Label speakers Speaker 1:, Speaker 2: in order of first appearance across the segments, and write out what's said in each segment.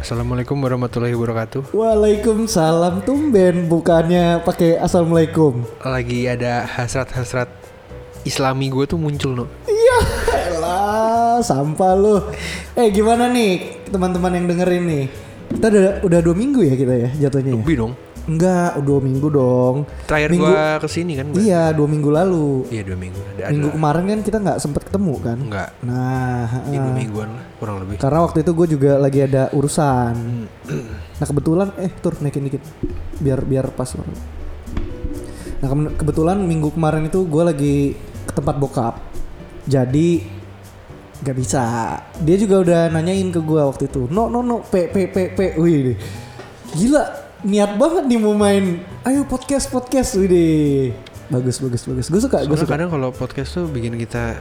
Speaker 1: Assalamualaikum warahmatullahi wabarakatuh.
Speaker 2: Waalaikumsalam tumben bukannya pakai assalamualaikum.
Speaker 1: Lagi ada hasrat-hasrat Islami gue tuh muncul no.
Speaker 2: Iya, elah sampah lu. Eh gimana nih teman-teman yang dengerin nih? Kita udah, udah dua minggu ya kita ya jatuhnya ya?
Speaker 1: Lebih dong.
Speaker 2: Enggak, dua minggu dong.
Speaker 1: Terakhir
Speaker 2: minggu,
Speaker 1: gue kesini kan. Mbak?
Speaker 2: Iya, dua minggu lalu.
Speaker 1: Iya dua minggu. Ada, ada.
Speaker 2: Minggu kemarin kan kita nggak sempet ketemu kan?
Speaker 1: Enggak.
Speaker 2: Nah,
Speaker 1: Ini
Speaker 2: eh,
Speaker 1: dua mingguan lah kurang lebih.
Speaker 2: karena waktu itu gue juga lagi ada urusan. Nah kebetulan, eh tur naikin dikit, biar biar pas. Nah kemen- kebetulan minggu kemarin itu gue lagi ke tempat bokap, jadi nggak bisa. Dia juga udah nanyain ke gue waktu itu, no no no, p p p p, wih deh. gila niat banget nih mau main, ayo podcast podcast, wih deh. bagus bagus bagus, gue suka gue
Speaker 1: Soalnya
Speaker 2: suka.
Speaker 1: kadang kalau podcast tuh bikin kita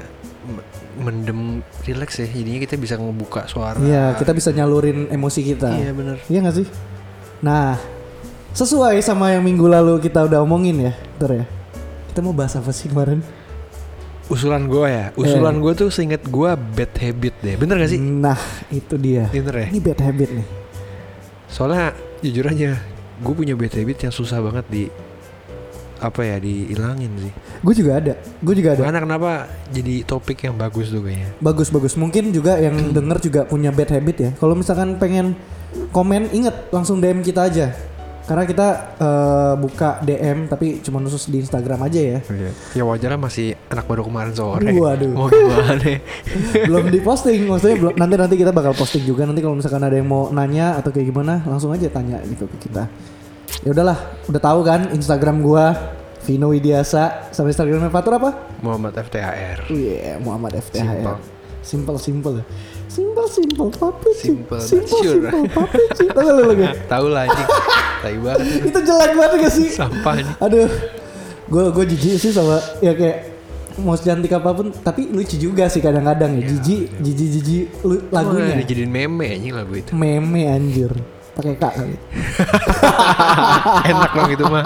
Speaker 1: m- mendem relax ya. Jadinya kita bisa ngebuka suara.
Speaker 2: Iya, kita bisa nyalurin emosi kita.
Speaker 1: Iya, bener.
Speaker 2: Iya nggak sih? Nah, sesuai sama yang minggu lalu kita udah omongin ya, Tur ya. Kita mau bahas apa sih kemarin?
Speaker 1: Usulan gue
Speaker 2: Iya.
Speaker 1: ya. Usulan gue tuh seinget gue bad habit deh. Bener gak sih?
Speaker 2: Nah, itu dia.
Speaker 1: Bener ya.
Speaker 2: Ini bad habit nih.
Speaker 1: Soalnya jujur aja gue punya bad habit yang susah banget di apa ya dihilangin sih.
Speaker 2: Gue juga ada. Gue juga ada.
Speaker 1: Karena kenapa jadi topik yang bagus tuh kayaknya.
Speaker 2: Bagus bagus. Mungkin juga
Speaker 1: Hmm.
Speaker 2: yang denger juga punya bad habit ya. Kalau misalkan pengen komen, inget langsung DM kita aja. Karena kita eh, buka DM tapi cuma khusus di Instagram aja ya.
Speaker 1: Ya wajar lah masih anak baru kemarin sore.
Speaker 2: Waduh.
Speaker 1: Mau gimana?
Speaker 2: belum diposting maksudnya belum nanti nanti kita bakal posting juga nanti kalau misalkan ada yang mau nanya atau kayak gimana langsung aja tanya gitu ke kita ya udahlah udah tahu kan Instagram gua Vino Widiasa sama Instagramnya Fatur apa?
Speaker 1: Muhammad FTHR.
Speaker 2: Iya Muhammad
Speaker 1: Simple.
Speaker 2: FTHR. Simple simple simple simple papi
Speaker 1: Simple,
Speaker 2: simple simple,
Speaker 1: sure.
Speaker 2: simple papi cip. Tahu lu lagi?
Speaker 1: Tahu lah anjing. Tai banget.
Speaker 2: Itu jelek banget gak sih?
Speaker 1: Sampah anjing.
Speaker 2: Aduh, gue gue jijik sih sama ya kayak mau secantik apapun, tapi lucu juga sih kadang-kadang ya. Jijik, jijik, jijik lu-
Speaker 1: Wah,
Speaker 2: lagunya.
Speaker 1: dijadiin meme anjing lagu itu.
Speaker 2: Meme anjir. Pakai kak. kali.
Speaker 1: Enak dong itu mah.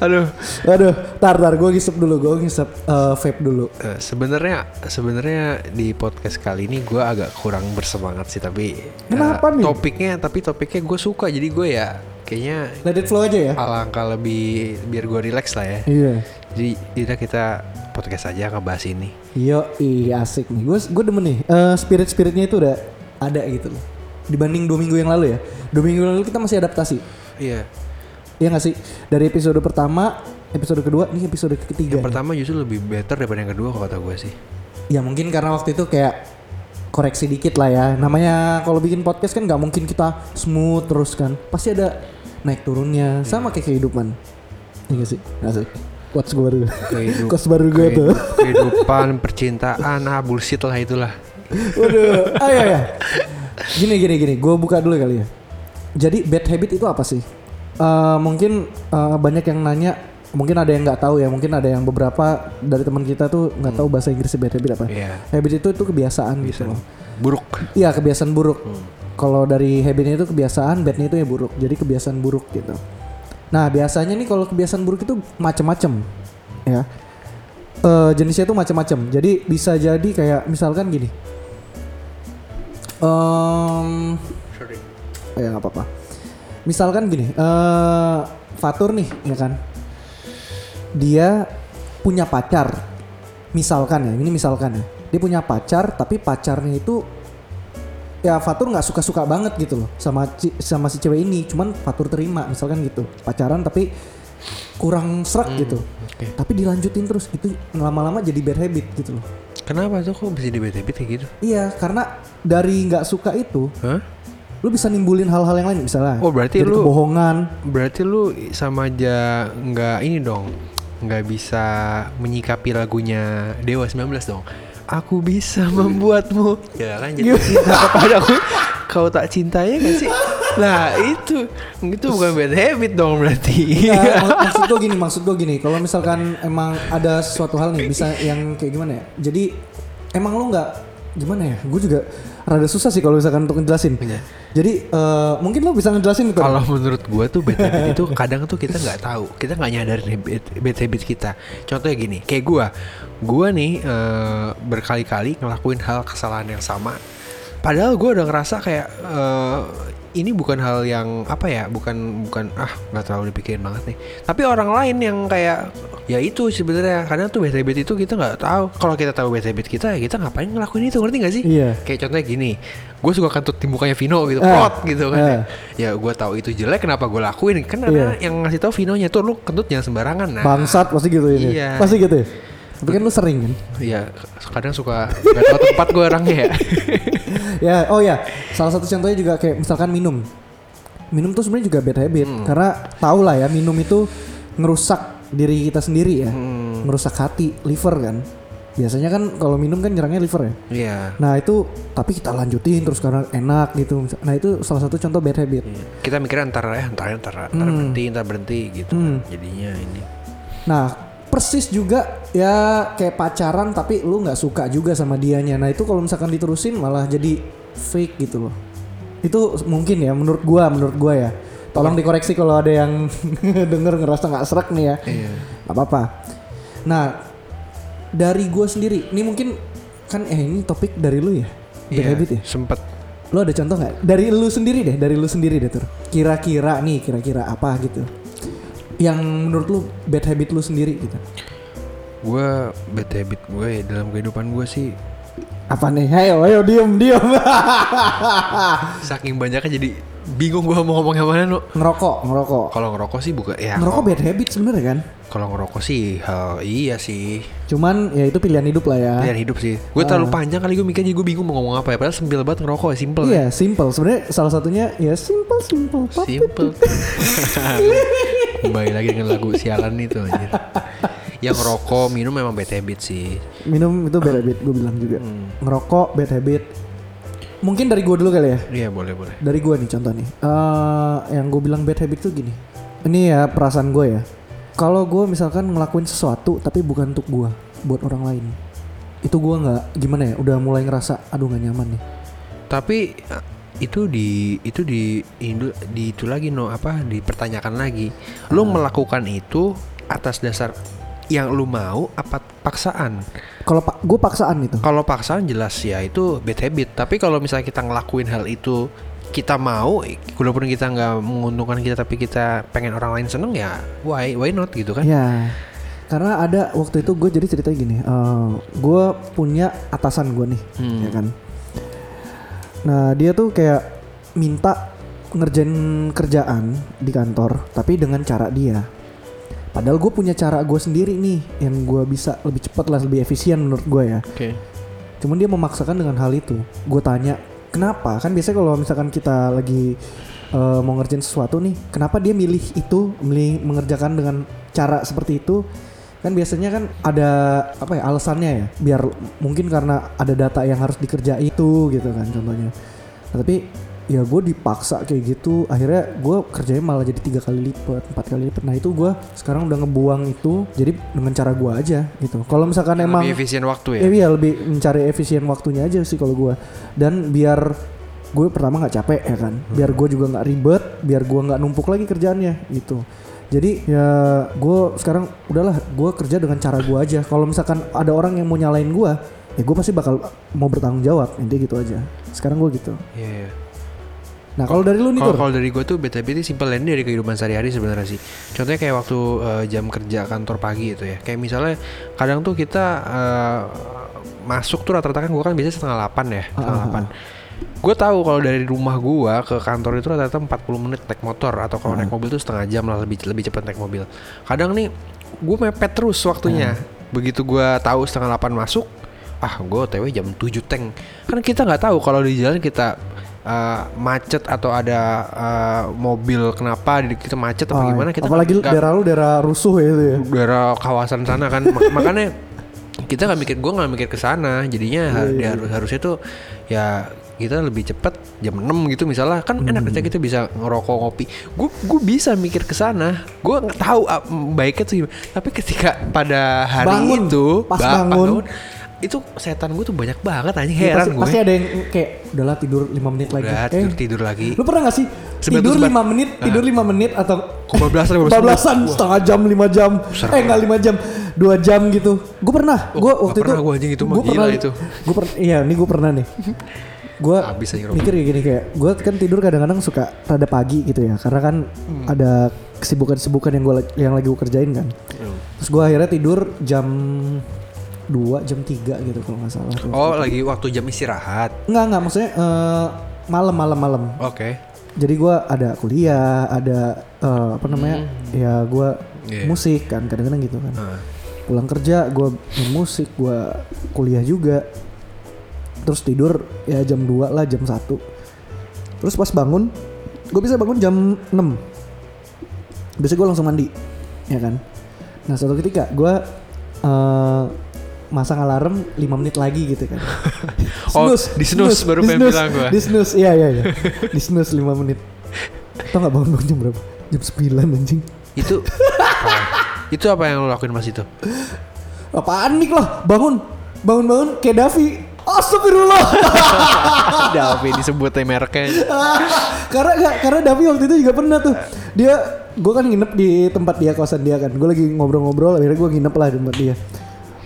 Speaker 1: Aduh.
Speaker 2: Aduh, tar tar gue ngisep dulu, gue ngisep eh, vape dulu.
Speaker 1: Eh, sebenarnya sebenarnya di podcast kali ini gue agak kurang bersemangat sih tapi eh,
Speaker 2: Kenapa nih?
Speaker 1: topiknya tapi topiknya gue suka jadi gue ya kayaknya
Speaker 2: Let it flow aja ya.
Speaker 1: alangkah lebih biar gue relax lah ya
Speaker 2: Iya.
Speaker 1: jadi tidak kita podcast aja ngebahas ini
Speaker 2: Yo, iya asik nih. Gue gue demen nih. Eh, Spirit-spiritnya itu udah ada gitu loh. Dibanding dua minggu yang lalu ya. Dua minggu yang lalu kita masih adaptasi.
Speaker 1: iya
Speaker 2: Iya gak sih? Dari episode pertama, episode kedua, ini episode ketiga. nih.
Speaker 1: pertama justru lebih better daripada yang kedua kalau kata gue sih
Speaker 2: Ya mungkin karena waktu itu kayak koreksi dikit lah ya. Namanya kalau bikin podcast kan nggak mungkin kita smooth terus kan. Pasti ada naik turunnya. Sama kayak kehidupan. Iya gak sih? Asik. Quotes gue baru.
Speaker 1: Kehidup-
Speaker 2: Quotes baru gue tuh.
Speaker 1: kehidup- kehidupan percintaan ah bullshit lah itulah
Speaker 2: Waduh. Ayo ya. Gini gini gini. Gue buka dulu kali ya. Jadi bad habit itu apa sih? Eh, mungkin eh, banyak yang nanya. Mungkin ada yang nggak tahu ya. Mungkin ada yang beberapa dari teman kita tuh nggak tahu bahasa Inggrisnya bad habit apa.
Speaker 1: Hmm. Iya.
Speaker 2: Habit itu itu kebiasaan gitu loh.
Speaker 1: buruk
Speaker 2: Iya kebiasaan buruk. Kalau dari habitnya itu kebiasaan, badnya itu ya buruk. Jadi kebiasaan buruk gitu. Nah biasanya nih kalau kebiasaan buruk itu macem-macem, ya. Eh, jenisnya itu macem-macem. Jadi bisa jadi kayak misalkan gini. Em, ya nggak apa-apa. Misalkan gini, eh Fatur nih, ya kan? Dia punya pacar, misalkan ya, ini misalkan ya. Dia punya pacar, tapi pacarnya itu ya Fatur nggak suka-suka banget gitu loh sama ci- sama si cewek ini. Cuman Fatur terima, misalkan gitu. Pacaran tapi
Speaker 1: Hmm.
Speaker 2: kurang serak gitu.
Speaker 1: oke.
Speaker 2: Tapi dilanjutin terus itu lama-lama jadi bad habit gitu loh.
Speaker 1: kenapa tuh kok bisa di bete kayak gitu
Speaker 2: Iya, karena dari nggak suka itu
Speaker 1: Hah?
Speaker 2: lu bisa nimbulin hal-hal yang lain misalnya.
Speaker 1: Oh, berarti
Speaker 2: jadi
Speaker 1: lu-
Speaker 2: kebohongan.
Speaker 1: berarti lu sama aja nggak ini dong nggak bisa menyikapi lagunya Dewa 19 dong aku bisa membuatmu ya kan jadi cinta kepadaku kau tak cintanya gak sih nah itu itu bukan bad habit dong berarti
Speaker 2: Nggak, Nah, mak- maksud gue gini, maksud gue gini. Kalau misalkan emang ada suatu hal nih bisa yang kayak gimana ya? Jadi emang lu nggak gimana ya? Gue juga rada susah sih kalau misalkan untuk ngejelasin. Jadi eh, mungkin lu bisa ngejelasin gitu.
Speaker 1: Iya. kalau menurut gua tuh bad habit itu kadang tuh kita nggak tahu kita nggak nyadarin bad, bad habit kita contohnya gini kayak gua gua nih eh, berkali-kali ngelakuin hal kesalahan yang sama padahal gue udah ngerasa kayak eh, ini bukan hal yang apa ya bukan bukan ah nggak terlalu dipikirin banget nih tapi orang lain yang kayak ya itu sebenarnya kadang tuh bad habit itu kita nggak tahu kalau kita tahu bad habit kita ya kita ngapain ngelakuin itu ngerti nggak sih
Speaker 2: Iya.
Speaker 1: kayak contohnya gini gue suka kentut di mukanya Vino gitu
Speaker 2: Eh,
Speaker 1: plot gitu kan
Speaker 2: eh.
Speaker 1: ya gue tahu itu jelek kenapa gue lakuin kan ada
Speaker 2: Iya.
Speaker 1: yang ngasih tahu Vinonya tuh lu kentut jangan sembarangan nah
Speaker 2: Bangsat pasti gitu ini.
Speaker 1: Iya.
Speaker 2: Pasti gitu. ya? Tapi kan lu sering kan?
Speaker 1: ya kadang suka nggak tahu tempat gue orangnya ya
Speaker 2: ya, oh ya. Salah satu contohnya juga kayak misalkan minum. Minum tuh sebenarnya juga bad habit
Speaker 1: Hmm.
Speaker 2: karena tau lah ya minum itu ngerusak diri kita sendiri ya.
Speaker 1: Hmm.
Speaker 2: Ngerusak hati, liver kan. Biasanya kan kalau minum kan nyerangnya liver ya.
Speaker 1: iya
Speaker 2: Nah, itu tapi kita lanjutin terus karena enak gitu. Nah, itu salah satu contoh bad habit.
Speaker 1: kita mikirnya ntar ya ntar ya, ntar
Speaker 2: Hmm.
Speaker 1: ntar berhenti ntar berhenti gitu kan. jadinya ini
Speaker 2: Nah, persis juga ya kayak pacaran tapi lu nggak suka juga sama dianya. Nah, itu kalau misalkan diterusin malah jadi fake gitu loh. Itu mungkin ya menurut gua, menurut gua ya. Tolong dikoreksi kalau ada yang denger ngerasa nggak serak nih ya.
Speaker 1: Iya.
Speaker 2: Gak apa-apa. Nah, dari gua sendiri, ini mungkin kan eh ini topik dari lu ya. Bad
Speaker 1: Iya,
Speaker 2: habit ya.
Speaker 1: sempet
Speaker 2: Lu ada contoh nggak? Dari lu sendiri deh, dari lu sendiri deh tur. Kira-kira nih, kira-kira apa gitu? Yang menurut lu bad habit lu sendiri gitu?
Speaker 1: gue bad habit gue ya dalam kehidupan gue sih
Speaker 2: Apa nih? Ayo, ayo diem, diem.
Speaker 1: saking banyaknya jadi bingung gue mau ngomong yang mana lo
Speaker 2: ngerokok, ngerokok.
Speaker 1: kalau ngerokok sih bukan ya
Speaker 2: Ngerokok bad habit sebenarnya kan?
Speaker 1: kalau ngerokok sih hal iya sih
Speaker 2: Cuman ya itu pilihan hidup lah ya.
Speaker 1: pilihan hidup sih gue terlalu
Speaker 2: Oh.
Speaker 1: panjang kali gue mikir jadi gue bingung mau ngomong apa ya padahal sembil banget ngerokok simple ya.
Speaker 2: Iya, simple. Sebenarnya salah satunya ya simple, simple. Pap.
Speaker 1: Simple. Kembali lagi dengan lagu sialan itu anjir. Yang rokok minum memang bad habit sih.
Speaker 2: Minum itu bad habit, gue bilang juga.
Speaker 1: Hmm.
Speaker 2: Ngerokok bad habit. Mungkin dari gue dulu kali ya.
Speaker 1: Iya boleh boleh.
Speaker 2: dari gue nih contoh nih Eh, yang gue bilang bad habit tuh gini ini ya perasaan gue ya kalau gue misalkan ngelakuin sesuatu tapi bukan untuk gue buat orang lain itu gue nggak gimana ya udah mulai ngerasa aduh nggak nyaman nih
Speaker 1: Tapi eh, itu di itu di Indo di itu lagi no apa dipertanyakan lagi. Lu melakukan itu atas dasar yang lu mau apa paksaan?
Speaker 2: kalau pak gue paksaan gitu. itu
Speaker 1: Kalau paksaan jelas ya itu bad habit. Tapi kalau misalnya kita ngelakuin hal itu kita mau, walaupun kita nggak menguntungkan kita, tapi kita pengen orang lain seneng ya, why why not gitu kan?
Speaker 2: ya karena ada waktu itu gue jadi ceritanya gini eh, gue punya atasan gue nih
Speaker 1: Hmm.
Speaker 2: ya kan nah dia tuh kayak minta ngerjain kerjaan di kantor tapi dengan cara dia padahal gue punya cara gue sendiri nih yang gue bisa lebih cepat lah lebih efisien menurut gue ya
Speaker 1: Oke.
Speaker 2: Cuman dia memaksakan dengan hal itu. Gue tanya, kenapa? Kan biasanya kalau misalkan kita lagi eh, mau ngerjain sesuatu nih, kenapa dia milih itu, milih mengerjakan dengan cara seperti itu? Kan biasanya kan ada apa ya alasannya ya, biar mungkin karena ada data yang harus dikerjain itu gitu kan contohnya. Nah, tapi ya gue dipaksa kayak gitu, akhirnya gue kerjanya malah jadi tiga kali lipat, empat kali lipat. Nah itu gue sekarang udah ngebuang itu, jadi dengan cara gue aja gitu. Kalau misalkan emang
Speaker 1: Lebih efisien waktu ya.
Speaker 2: Ya iya lebih mencari efisien waktunya aja sih kalau gua Dan biar gue pertama nggak capek ya kan,
Speaker 1: Hmm.
Speaker 2: biar gue juga nggak ribet, biar gua nggak numpuk lagi kerjaannya gitu. Jadi ya gue sekarang udahlah gua kerja dengan cara gua aja. Kalau misalkan ada orang yang mau nyalain gua ya gue pasti bakal mau bertanggung jawab intinya gitu aja. Sekarang gue gitu.
Speaker 1: Iya, iya.
Speaker 2: Nah kalau dari lu nih
Speaker 1: Kalau
Speaker 2: Tur,
Speaker 1: kalau dari gue tuh bad habit itu simple ini dari kehidupan sehari-hari sebenarnya sih. Contohnya kayak waktu eh, jam kerja kantor pagi itu ya. Kayak misalnya kadang tuh kita eh, masuk tuh rata-rata kan gue kan biasanya setengah 8 ya, setengah
Speaker 2: Ah, ah,
Speaker 1: delapan. Gue tahu kalau dari rumah gue ke kantor itu rata-rata 40 menit naik motor atau
Speaker 2: Ah.
Speaker 1: kalau naik mobil tuh setengah jam lah lebih lebih cepat naik mobil. Kadang nih gue mepet terus waktunya.
Speaker 2: Ah.
Speaker 1: Begitu gue tahu setengah 8 masuk, ah gue TW jam 7 tank. Kan kita nggak tahu kalau di jalan kita eh, macet atau ada eh, mobil kenapa di- kita macet atau
Speaker 2: Oh,
Speaker 1: gimana kita kan
Speaker 2: apalagi
Speaker 1: nggak-
Speaker 2: daerah lu daerah rusuh ya itu ya.
Speaker 1: daerah kawasan sana kan Mak- makanya kita nggak mikir gue nggak mikir ke sana
Speaker 2: Iya,
Speaker 1: jadinya har- dia harus harusnya tuh ya kita lebih cepat jam 6 gitu misalnya kan enak
Speaker 2: Hmm.
Speaker 1: aja kita bisa ngerokok ngopi gue gue bisa mikir ke sana gue nggak tahu ah, mm, baiknya tuh gimana. tapi ketika pada hari
Speaker 2: Bangun,
Speaker 1: itu
Speaker 2: pas
Speaker 1: ba-
Speaker 2: bangun.
Speaker 1: itu setan gue tuh banyak banget anjing
Speaker 2: Ya,
Speaker 1: heran
Speaker 2: pasti, pasti
Speaker 1: gue
Speaker 2: ada yang kayak udahlah tidur 5 menit lagi.
Speaker 1: udah
Speaker 2: Eh,
Speaker 1: tidur tidur lagi
Speaker 2: Lu pernah gak sih
Speaker 1: Sebat
Speaker 2: tidur
Speaker 1: tuh sebat.
Speaker 2: 5 menit, tidur 5 menit atau
Speaker 1: Nah. Kebablasan, kebablasan.
Speaker 2: 14-an, setengah jam, 5 jam. Eh enggak 5 jam, 2 jam gitu. Gue pernah,
Speaker 1: Oh,
Speaker 2: gue
Speaker 1: nggak
Speaker 2: waktu itu
Speaker 1: pernah gua anjing itu mah,
Speaker 2: gua
Speaker 1: gila itu.
Speaker 2: Gue pernah iya, ini gue pernah nih. gue
Speaker 1: Abis aja
Speaker 2: mikir kayak gini kayak gue kan tidur kadang-kadang suka rada pagi gitu ya karena kan
Speaker 1: Hmm.
Speaker 2: ada kesibukan-kesibukan yang gue yang lagi gue kerjain kan
Speaker 1: Hmm.
Speaker 2: terus gue akhirnya tidur jam 2 jam 3 gitu kalau nggak salah
Speaker 1: Oh, lagi waktu jam istirahat.
Speaker 2: nggak nggak maksudnya eh, malam malam malam
Speaker 1: Oke.
Speaker 2: jadi gue ada kuliah ada eh, apa namanya ya gue
Speaker 1: Iya.
Speaker 2: musik kan kadang-kadang gitu kan
Speaker 1: Nah,
Speaker 2: pulang kerja gue main musik gue kuliah juga terus tidur ya jam 2 lah jam 1 terus pas bangun gue bisa bangun jam 6 biasanya gue langsung mandi ya kan nah suatu ketika gue eh masang alarm 5 menit lagi gitu kan
Speaker 1: Oh, di snooze, baru pengen
Speaker 2: snooze,
Speaker 1: bilang gua.
Speaker 2: di snooze iya iya iya di snooze 5 menit tau gak bangun-bangun jam berapa jam 9 anjing
Speaker 1: Itu Oh. itu apa yang lo lakuin mas itu?
Speaker 2: Apaan panik lah, bangun, bangun bangun kayak Davi. Astagfirullah.
Speaker 1: Ada apa yang disebutnya mereknya?
Speaker 2: karena nggak- karena Davi waktu itu juga pernah tuh. Dia gue kan nginep di tempat dia kosan dia kan. Gue lagi ngobrol-ngobrol akhirnya gue nginep lah di tempat dia.